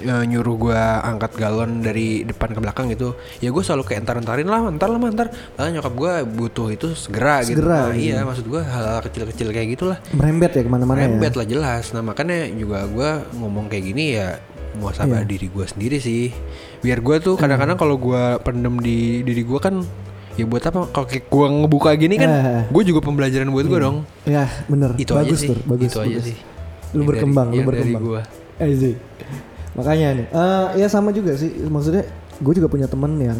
Speaker 1: eh, nyuruh gue angkat galon dari depan ke belakang gitu ya gue selalu kayak entar-entarin lah entar lah Ma, entar Padahal nyokap gue butuh itu segera, gitu Nah,
Speaker 2: Segera,
Speaker 1: iya maksud gue hal-hal kecil-kecil kayak gitulah
Speaker 2: Merembet ya kemana-mana ya.
Speaker 1: Rembet lah jelas. Nah makanya juga gue ngomong kayak gini ya muasabah
Speaker 2: Iya.
Speaker 1: diri gue sendiri sih. Biar gue tuh kadang-kadang kalau gue pendem di diri gue kan ya buat apa? Kalau kayak gue ngebuka gini kan,
Speaker 2: Eh.
Speaker 1: gue juga pembelajaran buat gue dong.
Speaker 2: Ya bener.
Speaker 1: Itu
Speaker 2: bagus
Speaker 1: aja sih.
Speaker 2: Tur. Bagus.
Speaker 1: Itu aja
Speaker 2: bagus.
Speaker 1: sih.
Speaker 2: Lu
Speaker 1: Yang
Speaker 2: berkembang,
Speaker 1: dari,
Speaker 2: lu
Speaker 1: yang dari
Speaker 2: berkembang.
Speaker 1: gua.
Speaker 2: Eh, sih. Makanya nih, eh, ya sama juga sih. Maksudnya, gue juga punya temen yang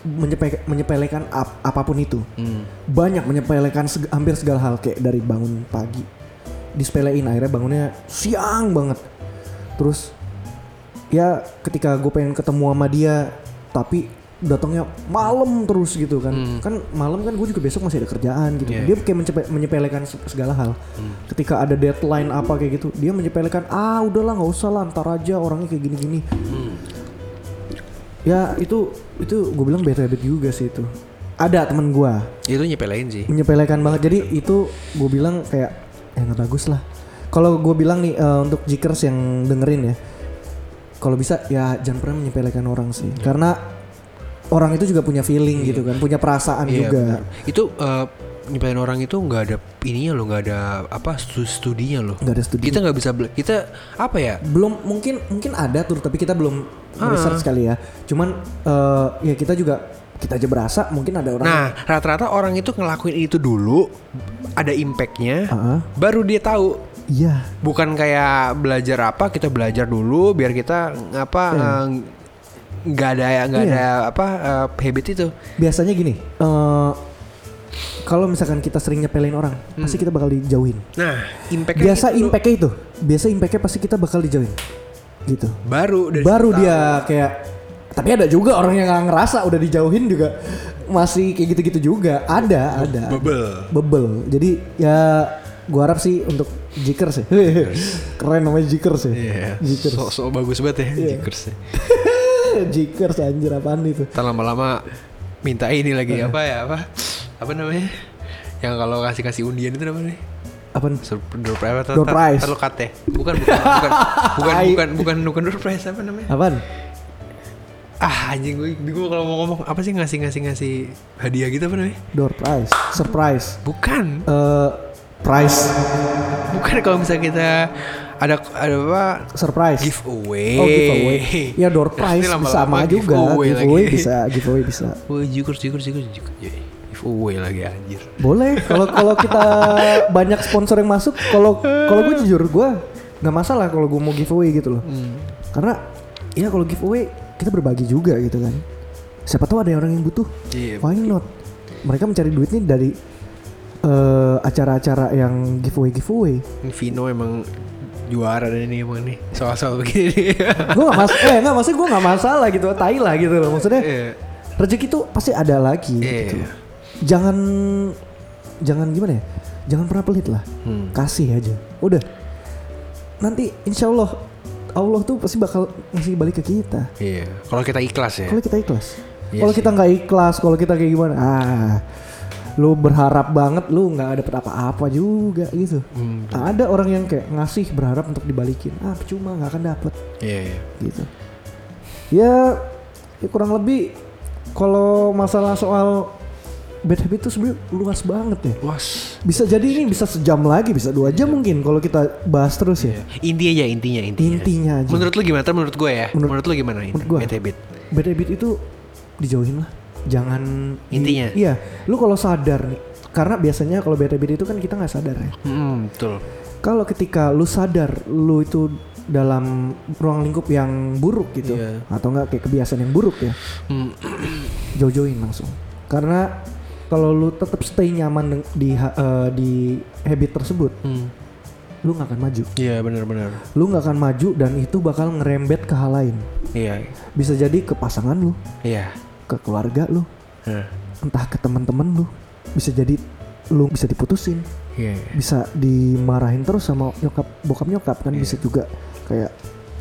Speaker 2: menyepe- menyepelekan ap- apapun itu.
Speaker 1: Hmm.
Speaker 2: Banyak menyepelekan seg- hampir segala hal kayak dari bangun pagi, disepelein akhirnya bangunnya siang banget. Terus ya ketika gue pengen ketemu sama dia, tapi datangnya malam terus gitu kan kan malam kan gue juga besok masih ada kerjaan gitu
Speaker 1: Iya.
Speaker 2: dia kayak mencepe- menyepelekan se- segala hal ketika ada deadline apa kayak gitu dia menyepelekan ah udahlah nggak usah lah ntar aja orangnya kayak gini gini ya itu itu gue bilang bad habit juga sih itu ada temen gue
Speaker 1: Ya, Itu nyepelain sih.
Speaker 2: menyepelekan banget jadi itu gue bilang kayak eh nggak bagus lah kalau gue bilang nih eh, untuk jikers yang dengerin ya kalau bisa ya jangan pernah menyepelekan orang sih
Speaker 1: Iya.
Speaker 2: karena orang itu juga punya feeling gitu kan punya perasaan
Speaker 1: Iya,
Speaker 2: juga
Speaker 1: benar. Itu eh, nyepelain orang itu nggak ada ininya loh, nggak ada apa stu- studinya loh.
Speaker 2: nggak ada studi
Speaker 1: Kita nggak bisa bela- kita apa ya?
Speaker 2: belum mungkin mungkin ada tuh tapi kita belum
Speaker 1: Ah.
Speaker 2: research sekali ya cuman eh, ya kita juga kita aja berasa mungkin ada orang
Speaker 1: Nah, rata-rata orang itu ngelakuin itu dulu, ada impactnya,
Speaker 2: Ah,
Speaker 1: baru dia tahu.
Speaker 2: iya
Speaker 1: Bukan kayak belajar apa, kita belajar dulu biar kita apa
Speaker 2: Iya.
Speaker 1: eh, nggak ada nggak ada apa eh, habit itu.
Speaker 2: biasanya gini eh kalau misalkan kita sering nyepelin orang
Speaker 1: Hmm.
Speaker 2: pasti kita bakal dijauhin
Speaker 1: Nah, impactnya
Speaker 2: biasa
Speaker 1: itu
Speaker 2: impactnya itu biasa impactnya pasti kita bakal dijauhin gitu
Speaker 1: baru dari
Speaker 2: baru dia kayak tapi ada juga orang yang nggak ngerasa udah dijauhin juga masih kayak gitu-gitu juga ada ada
Speaker 1: bubble.
Speaker 2: bebel jadi ya gua harap sih untuk jikers ya keren namanya jikers ya
Speaker 1: Iya.
Speaker 2: jikers Iya.
Speaker 1: Sok-sok bagus banget ya jikers.
Speaker 2: jikers anjir apaan itu
Speaker 1: Ntar lama-lama minta ini lagi apa ya apa apa namanya? Yang kalau kasih kasih undian itu namanya?
Speaker 2: apaan
Speaker 1: Sur- Door prize atau
Speaker 2: Door
Speaker 1: tar-
Speaker 2: prize.
Speaker 1: tar lu cut ya? Bukan bukan bukan bukan bukan bukan, bukan, door prize apa namanya?
Speaker 2: apaan
Speaker 1: ah anjing gue gue kalau mau ngomong apa sih ngasih ngasih ngasih hadiah gitu apa namanya
Speaker 2: Door prize, surprise,
Speaker 1: bukan
Speaker 2: eh prize,
Speaker 1: bukan kalau misalnya kita ada ada apa
Speaker 2: surprise.
Speaker 1: giveaway
Speaker 2: Oh giveaway. Ya door prize
Speaker 1: Pasti Eh. lama-lama
Speaker 2: sama juga. Giveaway,
Speaker 1: lagi.
Speaker 2: bisa, giveaway bisa.
Speaker 1: Woi, jukur jukur jukur jukur. Ya, Giveaway lagi anjir.
Speaker 2: Boleh. Kalau kalau kita banyak sponsor yang masuk, kalau kalau gue jujur gue nggak masalah kalau gue mau giveaway gitu loh.
Speaker 1: Hmm.
Speaker 2: Karena ya kalau giveaway kita berbagi juga gitu kan. Siapa tahu ada orang yang butuh.
Speaker 1: Iya.
Speaker 2: Why not? Mereka mencari duitnya dari eh, acara-acara yang giveaway giveaway.
Speaker 1: Ini Vino emang juara deh nih emang nih. Soal-soal begini.
Speaker 2: Gue nggak mas, eh nggak maksud gue nggak masalah gitu, tai lah gitu loh. Maksudnya
Speaker 1: Iya.
Speaker 2: rezeki itu pasti ada lagi gitu.
Speaker 1: Iya.
Speaker 2: Jangan jangan gimana ya? Jangan pernah pelit lah.
Speaker 1: Hmm.
Speaker 2: Kasih aja. Udah. Nanti insya Allah Allah tuh pasti bakal ngasih balik ke kita.
Speaker 1: Iya. Kalau kita ikhlas ya.
Speaker 2: Kalau kita ikhlas.
Speaker 1: Iya
Speaker 2: kalau
Speaker 1: sih.
Speaker 2: kita nggak ikhlas, kalau kita kayak gimana? Ah, lu berharap banget lu nggak dapet apa-apa juga gitu.
Speaker 1: Hmm,
Speaker 2: Nah, ada orang yang kayak ngasih berharap untuk dibalikin. Ah, percuma nggak akan dapet
Speaker 1: Iya, iya.
Speaker 2: gitu. Ya, ya kurang lebih kalau masalah soal bad habit itu sebenarnya luas banget ya.
Speaker 1: Was.
Speaker 2: Bisa jadi ini bisa sejam lagi, bisa dua jam mungkin kalau kita bahas terus ya.
Speaker 1: Inti aja intinya intinya.
Speaker 2: Intinya aja.
Speaker 1: Menurut lu gimana? Ter menurut gue ya.
Speaker 2: Menurut-
Speaker 1: Menurut, lu gimana ini?
Speaker 2: menurut gua.
Speaker 1: Bad habit.
Speaker 2: Bad habit itu dijauhin lah. Jangan di-
Speaker 1: Intinya.
Speaker 2: iya, lu kalau sadar nih, karena biasanya kalau bad habit itu kan kita nggak sadar ya.
Speaker 1: Hmm, betul.
Speaker 2: Kalau ketika lu sadar lu itu dalam ruang lingkup yang buruk gitu
Speaker 1: Iya.
Speaker 2: atau enggak kayak kebiasaan yang buruk ya.
Speaker 1: Hmm,
Speaker 2: jauh-jauhin langsung karena kalau lu tetap stay nyaman deng- di ha- eh, di habit tersebut
Speaker 1: hmm.
Speaker 2: lu nggak akan maju
Speaker 1: Iya, benar-benar.
Speaker 2: lu nggak akan maju dan itu bakal ngerembet ke hal lain
Speaker 1: Iya.
Speaker 2: bisa jadi ke pasangan lu
Speaker 1: Iya.
Speaker 2: ke keluarga lu
Speaker 1: Nah,
Speaker 2: entah ke teman-teman lu bisa jadi lu bisa diputusin
Speaker 1: Iya. iya.
Speaker 2: bisa dimarahin terus sama nyokap bokap nyokap kan bisa juga kayak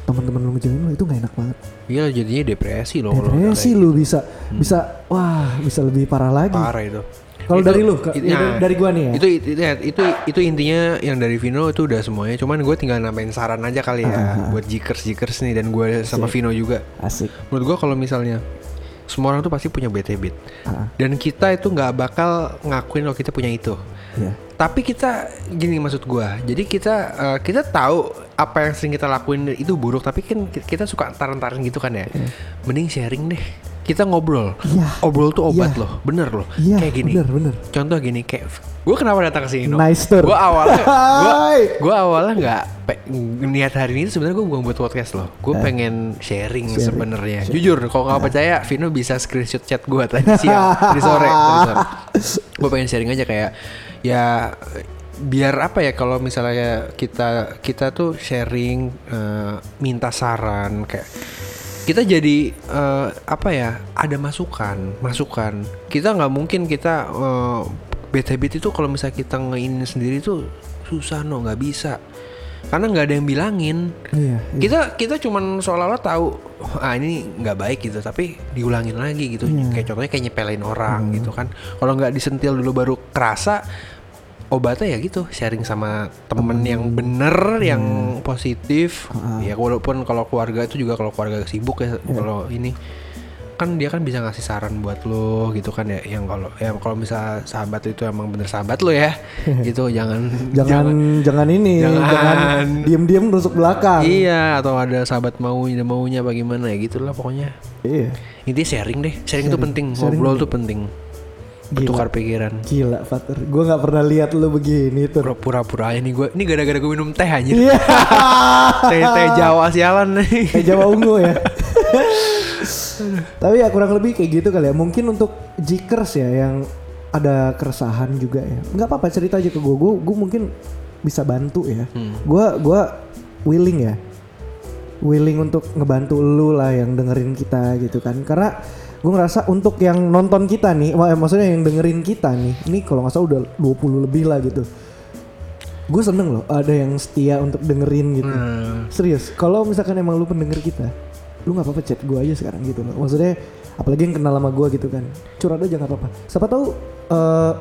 Speaker 2: teman-teman lu ngejauhin lu itu nggak enak banget
Speaker 1: Iya lo jadinya depresi lo. kalau udah
Speaker 2: depresi lu bisa bisa wah bisa lebih parah lagi
Speaker 1: Parah itu.
Speaker 2: Kalau
Speaker 1: Itu-
Speaker 2: dari lu, Kak.
Speaker 1: it-
Speaker 2: Ya, dari- dari gua nih ya.
Speaker 1: Itu itu itu- itu itu intinya yang dari Vino itu udah semuanya. Cuman gue tinggal nambahin saran aja kali ya
Speaker 2: Ah,
Speaker 1: buat jikers jikers nih dan gue sama Vino juga.
Speaker 2: asik
Speaker 1: Menurut gue kalau misalnya semua orang tuh pasti punya bad habit.
Speaker 2: Ah.
Speaker 1: Dan kita itu nggak bakal ngakuin kalau kita punya itu.
Speaker 2: ya
Speaker 1: Tapi kita gini maksud gua. Jadi kita eh, kita tahu apa yang sering kita lakuin itu buruk, tapi kan ki- kita suka taran-taran gitu kan ya. Mending sharing deh. Kita ngobrol.
Speaker 2: Iya.
Speaker 1: Obrol tuh obat
Speaker 2: Iya.
Speaker 1: loh, bener loh.
Speaker 2: Iya,
Speaker 1: kayak gini.
Speaker 2: bener, bener.
Speaker 1: Contoh gini kayak gua kenapa datang ke sini? Nom?
Speaker 2: Nice tour.
Speaker 1: Gua awalnya gua,
Speaker 2: Hai.
Speaker 1: gua awalnya nggak pe- niat hari ini sebenarnya gua bukan buat podcast loh. Gua pengen Eh. sharing, Nah. sebenarnya. Jujur, kalau nggak percaya Vino bisa screenshot chat gua tadi siang, tadi sore, tadi sore gue pengen sharing aja kayak ya biar apa ya kalau misalnya kita kita tuh sharing eh, minta saran kayak kita jadi eh, apa ya ada masukan masukan kita nggak mungkin kita eh, bad habit itu kalau misalnya kita ngein sendiri tuh susah no nggak bisa karena nggak ada yang bilangin
Speaker 2: iya iya.
Speaker 1: kita kita cuman seolah-olah tahu ah ini nggak baik gitu tapi diulangin lagi gitu kayak contohnya kayak nyepelin orang gitu kan kalau nggak disentil dulu baru kerasa obatnya ya gitu sharing sama temen Hmm. yang bener yang positif ya walaupun kalau keluarga itu juga kalau keluarga sibuk ya kalau ini kan dia kan bisa ngasih saran buat lo gitu kan ya yang kalau ya kalau misalnya sahabat itu emang bener sahabat lo ya gitu jangan
Speaker 2: jangan jangan ini
Speaker 1: Jangan.
Speaker 2: jangan diem-diem rusuk belakang
Speaker 1: Iya, atau ada sahabat mau dan maunya bagaimana ya gitulah pokoknya.
Speaker 2: iya
Speaker 1: Intinya sharing deh. Sharing, itu penting,
Speaker 2: Sharing
Speaker 1: ngobrol tuh penting. Bertukar pikiran.
Speaker 2: gila Fatur gue nggak pernah lihat lu begini tuh
Speaker 1: Pura-pura aja nih gue. Ini gara-gara gue minum teh anjir.
Speaker 2: iya
Speaker 1: teh teh Jawa sialan nih.
Speaker 2: kayak Jawa ungu ya tapi ya kurang lebih kayak gitu kali ya mungkin untuk jikers ya yang ada keresahan juga ya nggak apa-apa cerita aja ke gue gue gue mungkin bisa bantu ya gue gue willing ya willing untuk ngebantu lu lah yang dengerin kita gitu kan karena gue ngerasa untuk yang nonton kita nih wah, eh, maksudnya yang dengerin kita nih ini kalau nggak salah udah 20 lebih lah gitu gue seneng loh ada yang setia untuk dengerin
Speaker 1: Hmm.
Speaker 2: gitu serius kalau misalkan emang lu pendengar kita lu nggak apa-apa chat gue aja sekarang gitu loh maksudnya apalagi yang kenal sama gue gitu kan curhat aja nggak apa-apa siapa tahu eh,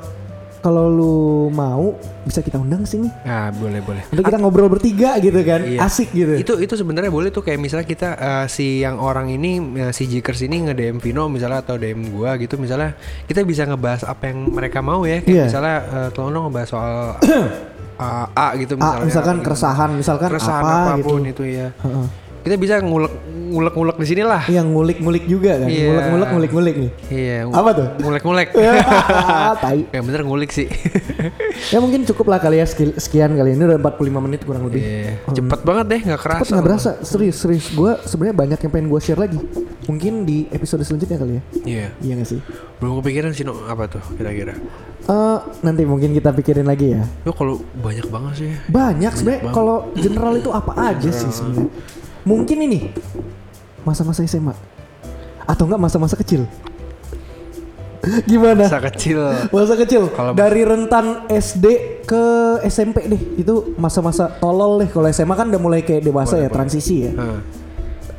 Speaker 2: kalau lu mau bisa kita undang sini.
Speaker 1: Ah, boleh boleh.
Speaker 2: Nanti kita ngobrol bertiga gitu kan.
Speaker 1: Iya.
Speaker 2: Asik gitu.
Speaker 1: Itu itu sebenarnya boleh tuh kayak misalnya kita eh, si yang orang ini eh, si Jikers ini nge DM Vino misalnya atau DM gua gitu misalnya kita bisa ngebahas apa yang mereka mau ya kayak
Speaker 2: Iya.
Speaker 1: misalnya eh, tolong dong ngebahas soal eh, A gitu
Speaker 2: Ah,
Speaker 1: misalnya.
Speaker 2: misalkan keresahan, misalkan
Speaker 1: keresahan
Speaker 2: Kan apa
Speaker 1: apapun
Speaker 2: gitu.
Speaker 1: itu ya.
Speaker 2: Heeh.
Speaker 1: Kita bisa ngulek ngulek ngulek di sinilah.
Speaker 2: Yang ngulik-ngulik juga kan.
Speaker 1: Iya.
Speaker 2: Ngulik-ngulik ngulik-ngulik nih.
Speaker 1: Iya. ngu-
Speaker 2: Apa tuh? Ya.
Speaker 1: Ngulek-ngulek.
Speaker 2: tai.
Speaker 1: ya bener ngulik sih.
Speaker 2: Ya mungkin cukup lah kali ya sekil- sekian kali ini udah 45 menit kurang lebih. Hmm.
Speaker 1: Iya. Cepet banget deh, nggak kerasa.
Speaker 2: Oh, Cepet nggak berasa serius serius gue sebenarnya banyak yang pengen gue share lagi mungkin di episode selanjutnya kali ya
Speaker 1: Iya.
Speaker 2: iya nggak sih
Speaker 1: Belum kepikiran sih Nok, apa tuh kira-kira.
Speaker 2: Eh, nanti mungkin kita pikirin lagi ya
Speaker 1: Yo kalau banyak banget sih.
Speaker 2: banyak sebenarnya kalau general itu apa aja sih sebenarnya mungkin ini masa-masa SMA atau enggak masa-masa kecil gimana
Speaker 1: Masa kecil.
Speaker 2: masa kecil
Speaker 1: Kalau-
Speaker 2: dari rentan SD ke SMP deh itu masa-masa tolol deh kalau SMA kan udah mulai kayak dewasa ya transisi ya
Speaker 1: Nah,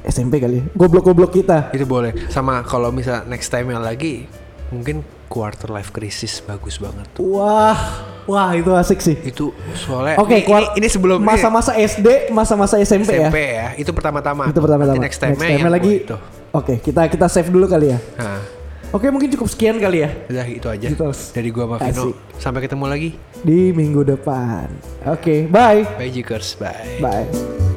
Speaker 2: SMP kali ya goblok-goblok kita
Speaker 1: itu boleh. Sama kalau misal next time yang lagi mungkin quarter life crisis bagus banget.
Speaker 2: Wah, wah itu asik sih.
Speaker 1: Itu soalnya
Speaker 2: Oke,
Speaker 1: Eh, ini,
Speaker 2: keluar-
Speaker 1: ini, ini sebelum ini
Speaker 2: masa-masa SD, masa-masa SMP,
Speaker 1: SMP
Speaker 2: ya.
Speaker 1: ya. Itu pertama-tama.
Speaker 2: Itu pertama-tama.
Speaker 1: Nanti next time,
Speaker 2: time-nya lagi. Oke, kita kita save dulu kali ya.
Speaker 1: Nah,
Speaker 2: Oke, mungkin cukup sekian kali ya
Speaker 1: udah itu aja.
Speaker 2: Gitu, Os.
Speaker 1: Dari gua sama Vino.
Speaker 2: Asik.
Speaker 1: Sampai ketemu lagi.
Speaker 2: di minggu depan. Oke, bye.
Speaker 1: Bye Jikers, bye.
Speaker 2: Bye.